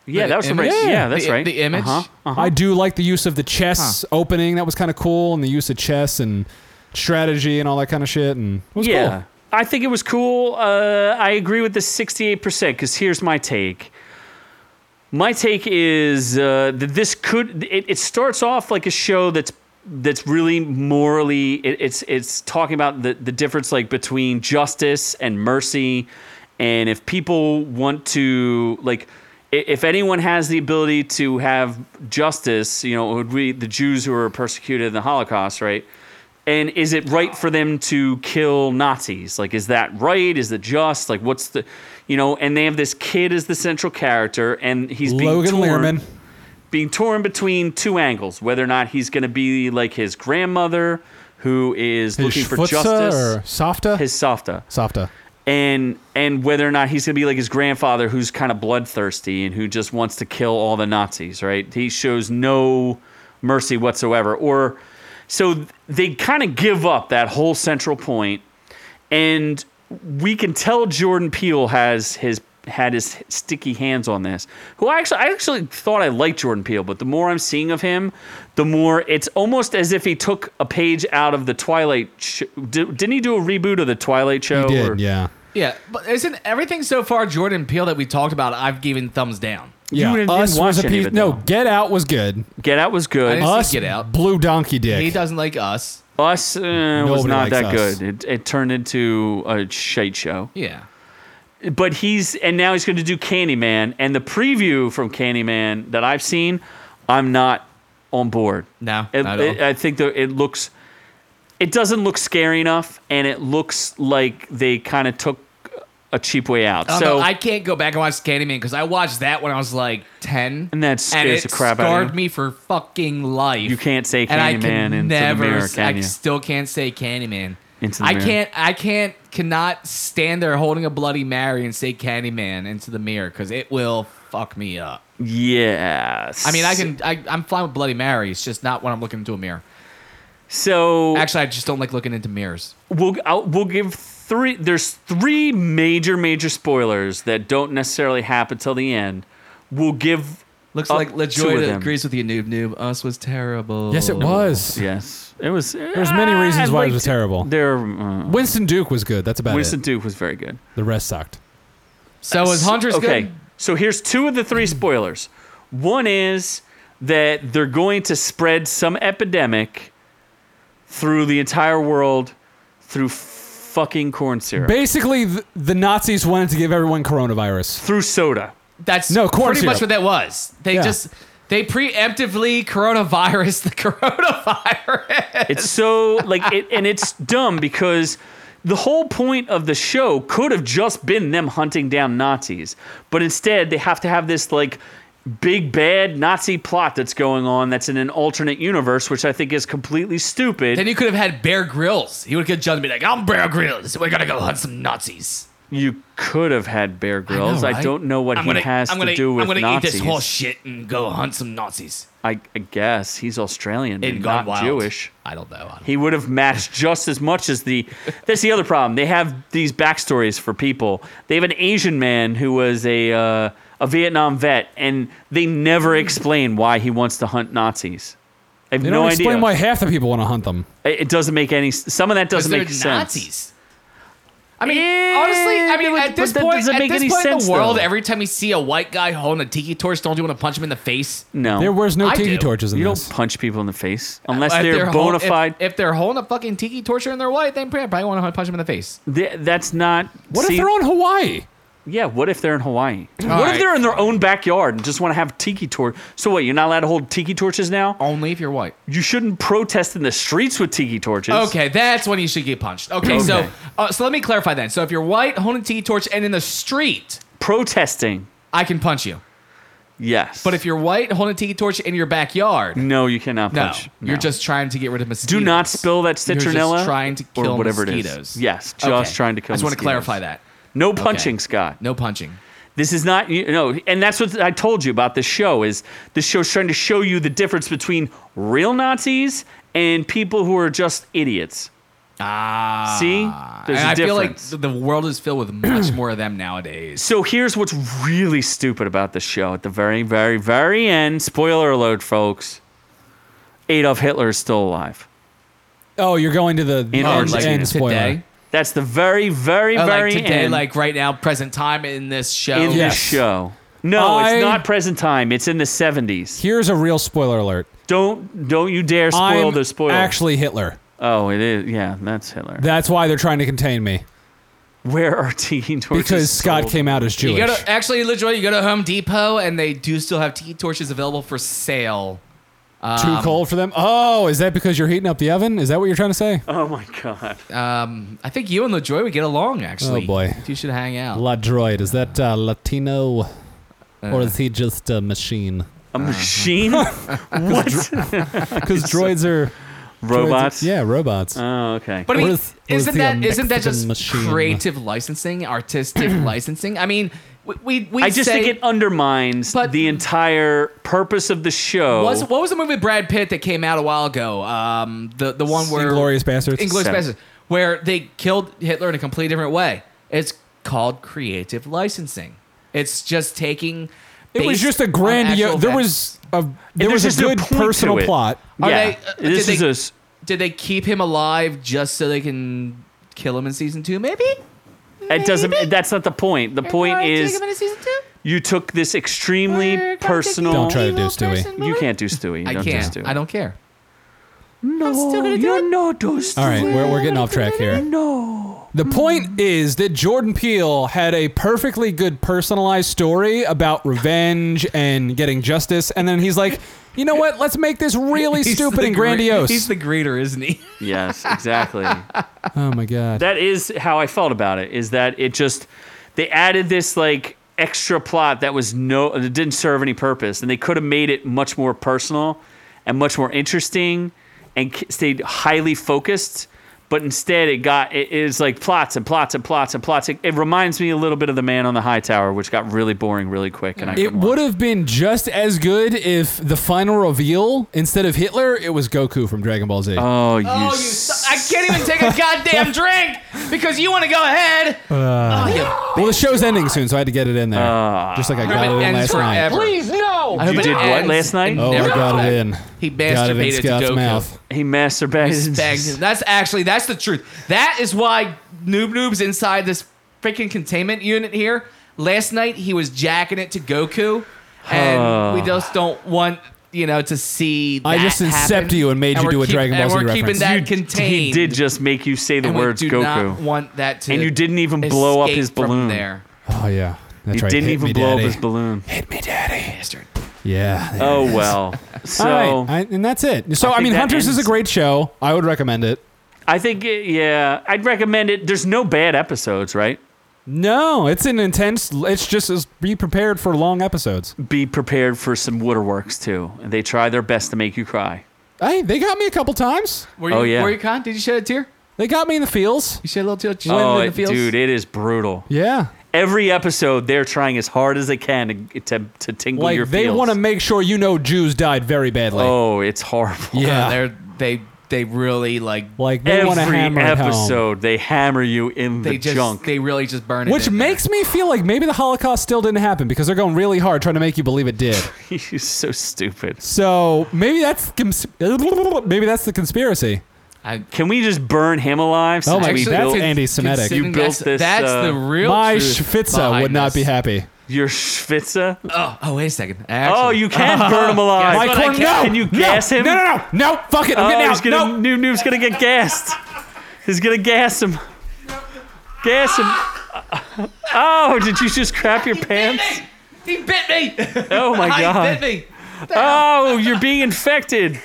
S1: Yeah, that was the right.
S4: image?
S1: Yeah,
S4: Yeah,
S1: that's
S3: the-
S1: right.
S3: the image?
S1: Uh-huh.
S4: I do like the use of the chess opening. That was kind of cool, and the use of chess and strategy and all that kind of shit. And it was
S1: yeah.
S4: cool.
S1: I think it was cool. Uh, I agree with the 68% because here's my take. My take is uh, that this could. It, it starts off like a show that's that's really morally. It, it's it's talking about the the difference like between justice and mercy, and if people want to like. i- If anyone has the ability to have justice, you know, it would be the Jews who were persecuted in the Holocaust, right? And is it right for them to kill Nazis? Like, is that right? Is it just? Like, what's the, you know? And they have this kid as the central character, and he's being
S4: Logan
S1: torn,
S4: Learman.
S1: being torn between two angles: whether or not he's going to be like his grandmother, who is looking for
S4: Schwitzer
S1: justice,
S4: or Softa?
S1: his softa,
S4: Softa.
S1: and and whether or not he's going to be like his grandfather, who's kind of bloodthirsty and who just wants to kill all the Nazis, right? He shows no mercy whatsoever. Or so th- they kind of give up that whole central point, and we can tell Jordan Peele has his had his sticky hands on this. Who I actually I actually thought I liked Jordan Peele, but the more I'm seeing of him, the more it's almost as if he took a page out of the Twilight. Sh- di- didn't he do a reboot of the Twilight show?
S4: He
S1: or-
S4: did, yeah.
S3: Yeah, but isn't everything so far Jordan Peele that we talked about? I've given thumbs down.
S4: Yeah,
S1: didn't
S4: Us
S1: watch
S4: was a
S1: any of
S4: piece.
S1: it,
S4: No,
S1: though.
S4: Get Out was good.
S1: Get Out was
S3: I
S1: good.
S3: didn't
S4: Us,
S3: see Get Out.
S4: Blue Donkey Dick.
S3: He doesn't like us.
S1: Us uh, was not
S4: likes
S1: that
S4: Us.
S1: good. It, it turned into a shite show.
S3: Yeah.
S1: But he's and now he's going to do Candyman. And the preview from Candyman that I've seen, I'm not on board.
S3: No,
S1: It-
S3: not at all.
S1: it- I think that it looks, it doesn't look scary enough, and it looks like they kind of took a cheap way out.
S3: I don't
S1: So
S3: know, Oh, I can't go back and watch Candyman because I watched that when I was like ten,
S1: And that scares
S3: it
S1: the crap out of
S3: scarred
S1: you.
S3: me for fucking life.
S1: You can't say
S3: and I
S1: Candyman
S3: can
S1: into the
S3: never,
S1: mirror,
S3: s-
S1: can
S3: I
S1: you?
S3: still can't say Candyman.
S1: Into the
S3: I
S1: mirror.
S3: can't. I can't. Cannot stand there holding a bloody Mary and say Candyman into the mirror because it will fuck me up.
S1: yes.
S3: I mean, I can. I, I'm fine with bloody Mary. It's just not when I'm looking into a mirror.
S1: So
S3: Actually, I just don't like looking into mirrors.
S1: we'll I'll, we'll give three. There's three major major spoilers that don't necessarily happen till the end. We'll give.
S3: Looks
S1: up
S3: like
S1: two of
S3: LaJoya
S1: them.
S3: agrees with you, noob noob. Us was terrible.
S4: yes, it was.
S1: Yes, it was.
S4: There's many reasons why it was terrible.
S1: There, uh,
S4: Winston Duke was good. That's about
S1: Winston
S4: it.
S1: Duke was very good.
S4: The rest sucked.
S3: So was Hunter's
S1: okay.
S3: good?
S1: So here's two of the three spoilers. One is that they're going to spread some epidemic through the entire world through fucking corn syrup,
S4: Basically, the, the Nazis wanted to give everyone coronavirus.
S1: through soda.
S3: That's
S4: No, corn
S3: pretty much
S4: syrup.
S3: what that was. They
S4: Yeah.
S3: just they preemptively coronavirus the coronavirus.
S1: It's so like it, and it's dumb because the whole point of the show could have just been them hunting down Nazis, but instead they have to have this like big bad Nazi plot that's going on that's in an alternate universe, which I think is completely stupid.
S3: then you could have had Bear Grylls. He would have jumped and be like, "I'm Bear Grylls. We're gonna go hunt some Nazis."
S1: you could have had Bear Grylls. I,
S3: right?
S1: don't know what
S3: I'm
S1: he
S3: gonna-
S1: has
S3: I'm gonna,
S1: to do with
S3: I'm gonna
S1: Nazis.
S3: eat this horse shit and go hunt some Nazis.
S1: I, I guess he's Australian
S3: And
S1: and
S3: gone
S1: not
S3: wild.
S1: Jewish.
S3: I don't know. I don't
S1: he would have matched just as much as the. That's the other problem. They have these backstories for people. They have an Asian man who was a uh, a Vietnam vet, and they never explain why he wants to hunt Nazis. I have
S4: They
S1: no
S4: don't explain
S1: idea.
S4: why half the people want to hunt them.
S1: it it doesn't make any. Some of that doesn't
S3: they're
S1: make sense.
S3: Nazis. I mean,
S1: Eh,
S3: honestly, I mean,
S1: but-
S3: at this
S1: but that
S3: point,
S1: doesn't
S3: at
S1: make
S3: this
S1: any
S3: point
S1: sense,
S3: in the world,
S1: though.
S3: every time you see a white guy holding a tiki torch, don't you want to punch him in the face?
S1: No,
S4: There was no
S3: I
S4: tiki
S3: do.
S4: torches in
S1: Oh, you
S4: this.
S1: don't punch people in the face unless
S3: If
S1: they're,
S3: hol-
S1: bona
S3: if-
S1: fide.
S3: If, they're holding a fucking tiki torch and they're white, then probably want to punch them in the face.
S1: Th- that's not.
S4: what
S1: see-
S4: if they're on Hawaii?
S1: Yeah, what if they're in Hawaii? what
S3: right.
S1: if they're in their own backyard and just want to have tiki torch? So what? You're not allowed to hold tiki torches now.
S3: Only if you're white.
S1: you shouldn't protest in the streets with tiki torches.
S3: Okay, that's when you should get punched. Okay, so
S1: Okay.
S3: uh, so let me clarify then. So if you're white, holding a tiki torch, and in the street,
S1: Protesting.
S3: I can punch you.
S1: Yes.
S3: But if you're white, holding a tiki torch in your backyard, no,
S1: No, you cannot punch.
S3: you're
S1: No.
S3: just trying to get rid of mosquitoes.
S1: Do not spill that
S3: You're just
S1: citronella.
S3: trying to
S1: or
S3: kill
S1: whatever
S3: mosquitoes.
S1: it is. Yes,
S3: Okay.
S1: just trying to kill
S3: I just want to
S1: mosquitoes.
S3: clarify that.
S1: No punching, Scott.
S3: No punching.
S1: This is not you know, and that's what I told you about this show is this show's trying to show you the difference between real Nazis and people who are just idiots. Ah. See? There's
S3: and
S1: a
S3: I feel like
S1: difference.
S3: th- the world is filled with much more of them nowadays.
S1: So here's what's really stupid about the show at the very, very, very end. Spoiler alert, folks. Adolf Hitler is still alive.
S4: Oh, you're going to the
S1: In
S4: end,
S1: Argentina.
S4: end spoiler.
S3: Today,
S1: That's the very, very,
S3: Oh,
S1: very
S3: like today,
S1: end
S3: like right now, present time in this show.
S1: in
S4: Yeah.
S1: this show. No,
S4: I-
S1: it's not present time. It's in the 70s.
S4: Here's a real spoiler alert.
S1: Don't don't you dare spoil
S4: I'm
S1: the spoiler.
S4: actually Hitler.
S1: oh, it is. Yeah, that's Hitler.
S4: That's why they're trying to contain me
S1: Where are teen torches?
S4: because Scott
S1: sold?
S4: came out as Jewish.
S3: You go to actually literally you go to Home Depot and they do still have tea torches available for sale.
S4: Too cold for them. Oh, is that because you're heating up the oven? Is that what you're trying to say?
S1: Oh my god.
S3: Um, I think you and LaJoy would get along actually.
S4: Oh, boy.
S3: you should hang out.
S4: La Droid. Is that uh, Latino, or is he just a machine?
S3: Uh-huh.
S1: A machine? what?
S4: Because droids are
S1: Robots?
S4: droids are- yeah, robots.
S1: Oh, okay.
S3: But I mean,
S4: Or is- or is
S3: isn't
S4: he a
S3: that isn't that
S4: Mexican
S3: just
S4: machine?
S3: creative licensing, artistic licensing? I mean, we we, we
S1: I just
S3: say,
S1: think it undermines
S3: But-
S1: the entire purpose of the show.
S3: was what was the movie with Brad Pitt that came out a while ago? Um, the the one where
S4: Inglorious Bastards.
S3: Inglourious
S1: Seven.
S3: Basterds, where they killed Hitler in a completely different way. It's called creative licensing. It's just taking.
S4: it was
S3: based
S4: just a
S3: on
S4: grandio
S3: actual
S4: There
S3: events.
S4: was a there was
S1: there's
S4: a
S1: just no
S4: good
S1: point to
S4: personal
S1: it.
S4: plot.
S3: Are
S1: yeah,
S3: they- uh,
S1: this
S3: did
S1: is
S3: they-
S1: a s-
S3: Did they keep him alive just so they can kill him in season two? Maybe.
S1: It doesn't. That's not the point. The point is you took this extremely personal.
S4: Don't try to do Stewie.
S1: You can't do Stewie. You
S3: I
S1: don't
S3: can't.
S1: Do Stewie.
S3: I don't care.
S1: No, you know do Stewie.
S4: All right, we're, we're getting off track here.
S1: No.
S4: The point is that Jordan Peele had a perfectly good personalized story about revenge and getting justice, and then he's like, you know what? Let's make this really
S3: He's
S4: stupid
S3: the
S4: and
S3: gre-
S4: grandiose.
S3: he's the greater, isn't he?
S1: Yes, exactly.
S4: oh my god.
S1: that is how I felt about it. Is that it? Just they added this like extra plot that was no, that didn't serve any purpose, and they could have made it much more personal and much more interesting, and k- stayed highly focused. But instead, it got it is like plots and plots and plots and plots. It, it reminds me a little bit of the Man on the High Tower, which got really boring really quick. And I
S4: It
S1: couldn't
S4: would have been just as good if the final reveal, instead of Hitler, it was Goku from Dragon Ball Z.
S1: watch. oh, you,
S3: Oh, you!
S1: s-
S3: I can't even take a goddamn drink because you want to go ahead.
S4: well, the show's ending soon, so I had to get it in there.
S1: Ah.
S4: just like I got it in last night.
S3: Please no.
S1: You did what last night?
S4: Oh, I got it in.
S3: He
S4: Got it in
S3: masturbated
S4: Scott's
S3: to Goku.
S4: mouth.
S1: he masturbated.
S3: Bags- That's actually that's the truth. That is why Noob Noob's inside this freaking containment unit here. Last night he was jacking it to Goku, and we just don't want you know to see. That
S4: I just
S3: happen.
S4: incept you and made you
S3: we're
S4: do a Dragon Ball
S3: and
S4: Z
S3: we're
S4: reference.
S3: keeping that
S1: You-
S3: contained.
S1: He did just make you say the
S3: and
S1: words
S3: we do
S1: Goku.
S3: Not want that to
S1: And you didn't even blow up
S3: escape
S1: his
S3: from
S1: balloon.
S3: there.
S4: Oh, yeah. That's
S1: He
S4: right.
S1: didn't
S4: Hit
S1: even
S4: me,
S1: blow
S4: Daddy.
S1: up his balloon.
S4: Hit me, daddy. Yeah. there
S1: Oh
S4: it is.
S1: well. So
S4: All right. I- and that's it. So,
S1: I
S4: I,
S1: think
S4: mean,
S1: that
S4: Hunters is
S1: ends-
S4: a great show. I would recommend it.
S1: I think it- yeah, I'd recommend it. There's no bad episodes, right?
S4: No, it's an intense. It's just as be prepared for long episodes.
S1: Be prepared for some waterworks too. They try their best to make you cry.
S4: Hey, they got me a couple times.
S3: Were you,
S1: Oh, yeah.
S3: Were you con? Did you shed a tear?
S4: They got me in the feels.
S3: You shed a little tear. Did you
S1: Oh,
S3: win in
S1: it-
S3: the fields?
S1: dude, it is brutal.
S4: Yeah.
S1: Every episode, they're trying as hard as they can to to, to tingle
S4: Like
S1: your
S4: they
S1: feels.
S4: want to make sure you know Jews died very badly.
S1: Oh, it's horrible.
S4: yeah.
S3: They're, they they really like
S4: like they want to
S1: Every
S4: hammer it home.
S1: episode, they hammer you in the
S3: they just
S1: junk.
S3: they really just burn it.
S4: Which
S3: in there.
S4: makes me feel like maybe the Holocaust still didn't happen because they're going really hard trying to make you believe it did.
S1: He's so stupid.
S4: So maybe that's cons- maybe that's the conspiracy.
S3: I,
S1: Can we just burn him alive?
S4: Oh
S1: since
S4: my-
S1: we
S4: that's
S1: built-
S4: an- anti-Semitic.
S1: You built
S3: that's,
S1: this,
S3: That's
S1: uh,
S3: the real.
S4: My
S3: truth
S4: Schwitzer
S3: behind
S4: would not
S3: this.
S4: be happy.
S1: your Schwitzer?
S3: Oh, oh, wait a second.
S1: Oh,
S3: Actually-
S1: you can burn him alive.
S4: My
S3: But
S4: corn-
S3: I
S4: no,
S3: can't-
S1: Can you
S4: no,
S1: gas him?
S4: No, no, no, no. Fuck it. I'm
S1: Oh,
S4: getting
S1: he's
S4: out.
S1: gonna,
S4: no.
S1: Noob Noob's gonna get gassed. He's gonna gas him. Gas him. Oh, did you just crap your pants?
S3: He bit me.
S1: Oh my
S3: He
S1: god.
S3: bit me.
S1: Oh, you're being infected.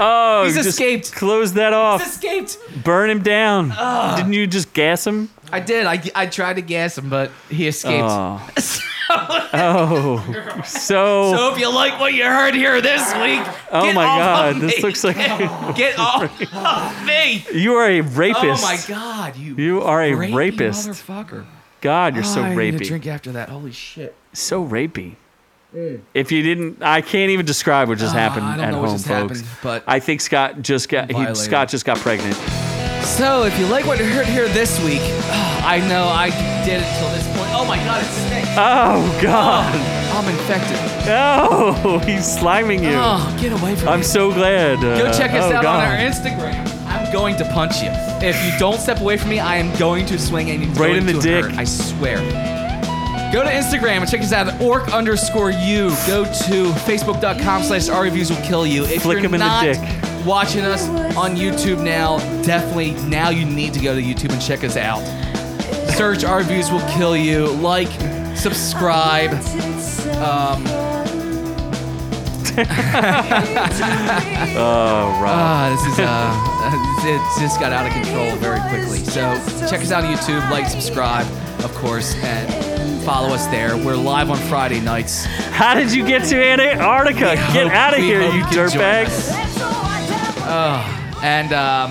S1: Oh,
S3: He's
S1: just
S3: escaped.
S1: Close that
S3: He's
S1: off.
S3: escaped.
S1: Burn him down. Didn't you just gas him?
S3: I did. I, I tried to gas him, but he escaped.
S1: Oh. oh. So.
S3: So if you like what you heard here this week,
S1: Oh
S3: get
S1: my
S3: off
S1: god,
S3: of
S1: this
S3: me.
S1: looks like
S3: get off of me.
S1: you are a rapist.
S3: Oh my god, you
S1: You are a
S3: rapey
S1: rapist.
S3: motherfucker.
S1: God, you're so
S3: I need a
S1: rapey.
S3: drink after that. Holy shit.
S1: So rapey. If you didn't, I can't even describe what just happened
S3: Mm. Ah, I don't
S1: at
S3: know
S1: home,
S3: what just
S1: folks.
S3: happened, but-
S1: I think Scott just got he,
S3: Violated.
S1: Scott just got pregnant.
S3: So, if you like what you heard here this week, I know I did it till this point. Oh my god, it stinks.
S1: Oh God!
S3: I'm infected.
S1: No, he's sliming you.
S3: Oh, get away from
S1: I'm
S3: me.
S1: so glad. Uh,
S3: Go check us
S1: oh,
S3: out
S1: God.
S3: on our Instagram. I'm going to punch you. If you don't step away from me, I am going to swing and it's
S1: Right
S3: going
S1: in the
S3: to
S1: dick.
S3: hurt, I swear. Go to Instagram and check us out at orc underscore you. Go to facebook.com slash our reviews will kill you. If
S1: Flick
S3: you're
S1: 'em in the
S3: not
S1: dick.
S3: watching us on YouTube now, definitely now you need to go to YouTube and check us out. Search our reviews will kill you. Like, subscribe. Um,
S1: Oh, Rob.
S3: Ah, this is uh, it just got out of control very quickly. So check us out on YouTube, like, subscribe, of course, and follow us there. We're live on Friday nights.
S1: How did you get to Antarctica? Get
S3: hope-
S1: out of
S3: we
S1: here,
S3: hope
S1: you
S3: you can join
S1: dirtbag!
S3: And um,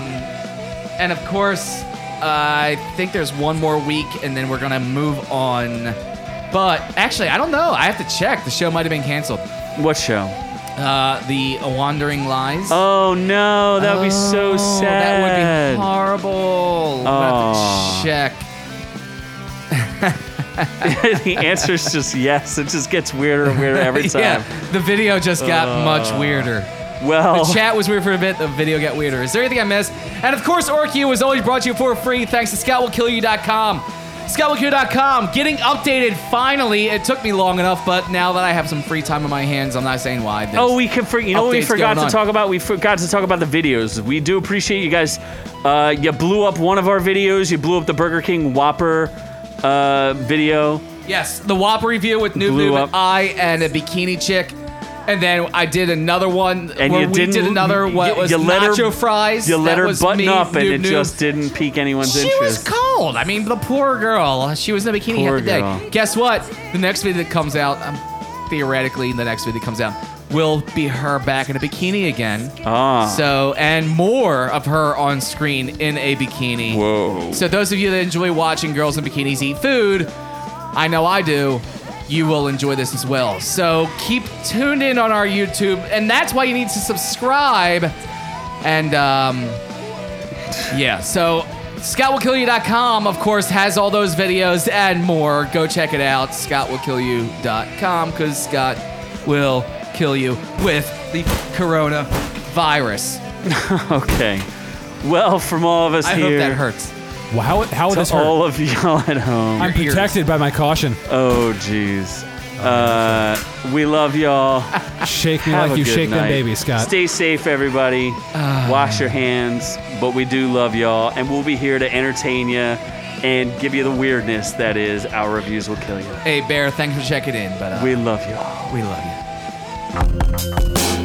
S3: and of course, I think there's one more week, and then we're gonna move on. But actually, I don't know. I have to check. The show might have been canceled.
S1: What show?
S3: Uh, the Wandering Lies.
S1: Oh no, that would be so
S3: Oh,
S1: sad.
S3: That would be horrible. We'll
S1: Aw.
S3: have to check.
S1: the answer is just yes. It just gets weirder and weirder every time. Uh.
S3: Yeah, the video just got much weirder.
S1: Well,
S3: The chat was weird for a bit. The video got weirder. Is there anything I missed? And of course, OrcU is always brought to you for free thanks to ScottWillKillYou.com. ScottWillKillYou.com getting updated finally. It took me long enough, but now that I have some free time on my hands, I'm not saying why. There's-
S1: Oh, we could. For, you know what we
S3: Updates
S1: forgot
S3: going
S1: to
S3: on.
S1: talk about? We forgot to talk about the videos. We do appreciate you guys. Uh, you blew up one of our videos. You blew up the Burger King Whopper uh, video.
S3: Yes, the Whopper review with Noob
S1: Blew
S3: Noob
S1: up.
S3: and I and a bikini chick. And then I did another one
S1: And
S3: where
S1: you
S3: we
S1: didn't-
S3: did another what
S1: you-
S3: was
S1: you let her-
S3: nacho fries.
S1: You let
S3: That
S1: her
S3: was
S1: button
S3: me,
S1: up, and
S3: Noob
S1: it
S3: Noob.
S1: just didn't pique anyone's
S3: She was
S1: interest.
S3: cold. I mean, the poor girl. She was in a bikini
S1: Poor
S3: half the day.
S1: girl.
S3: Guess what? The next video that comes out, um, theoretically, the next video that comes out will be her back in a bikini again.
S1: Ah.
S3: So, and more of her on screen in a bikini.
S8: Whoa.
S3: So, those of you that enjoy watching girls in bikinis eat food, I know I do. You will enjoy this as well. So keep tuned in on our YouTube, and that's why you need to subscribe. And um, yeah, so ScottWillKillYou.com, of course, has all those videos and more. Go check it out, ScottWillKillYou.com, because Scott will kill you with the coronavirus.
S1: okay. Well, from all of us
S3: I hope
S1: here,
S3: that hurts.
S4: Wow, how, how
S1: to
S4: this hurt?
S1: all of y'all at home.
S4: I'm
S3: ears.
S4: protected by my caution.
S1: oh, jeez. Uh, we love y'all.
S4: Shake me
S1: Have
S4: like
S1: a
S4: you
S1: good
S4: shake
S1: night.
S4: them baby, Scott. Ah.
S1: Stay safe, everybody. Wash your hands. But we do love y'all, and we'll be here to entertain you and give you the weirdness that is our reviews will kill you.
S3: Hey, Bear, thanks for checking in, but uh,
S1: We love y'all.
S3: we love you.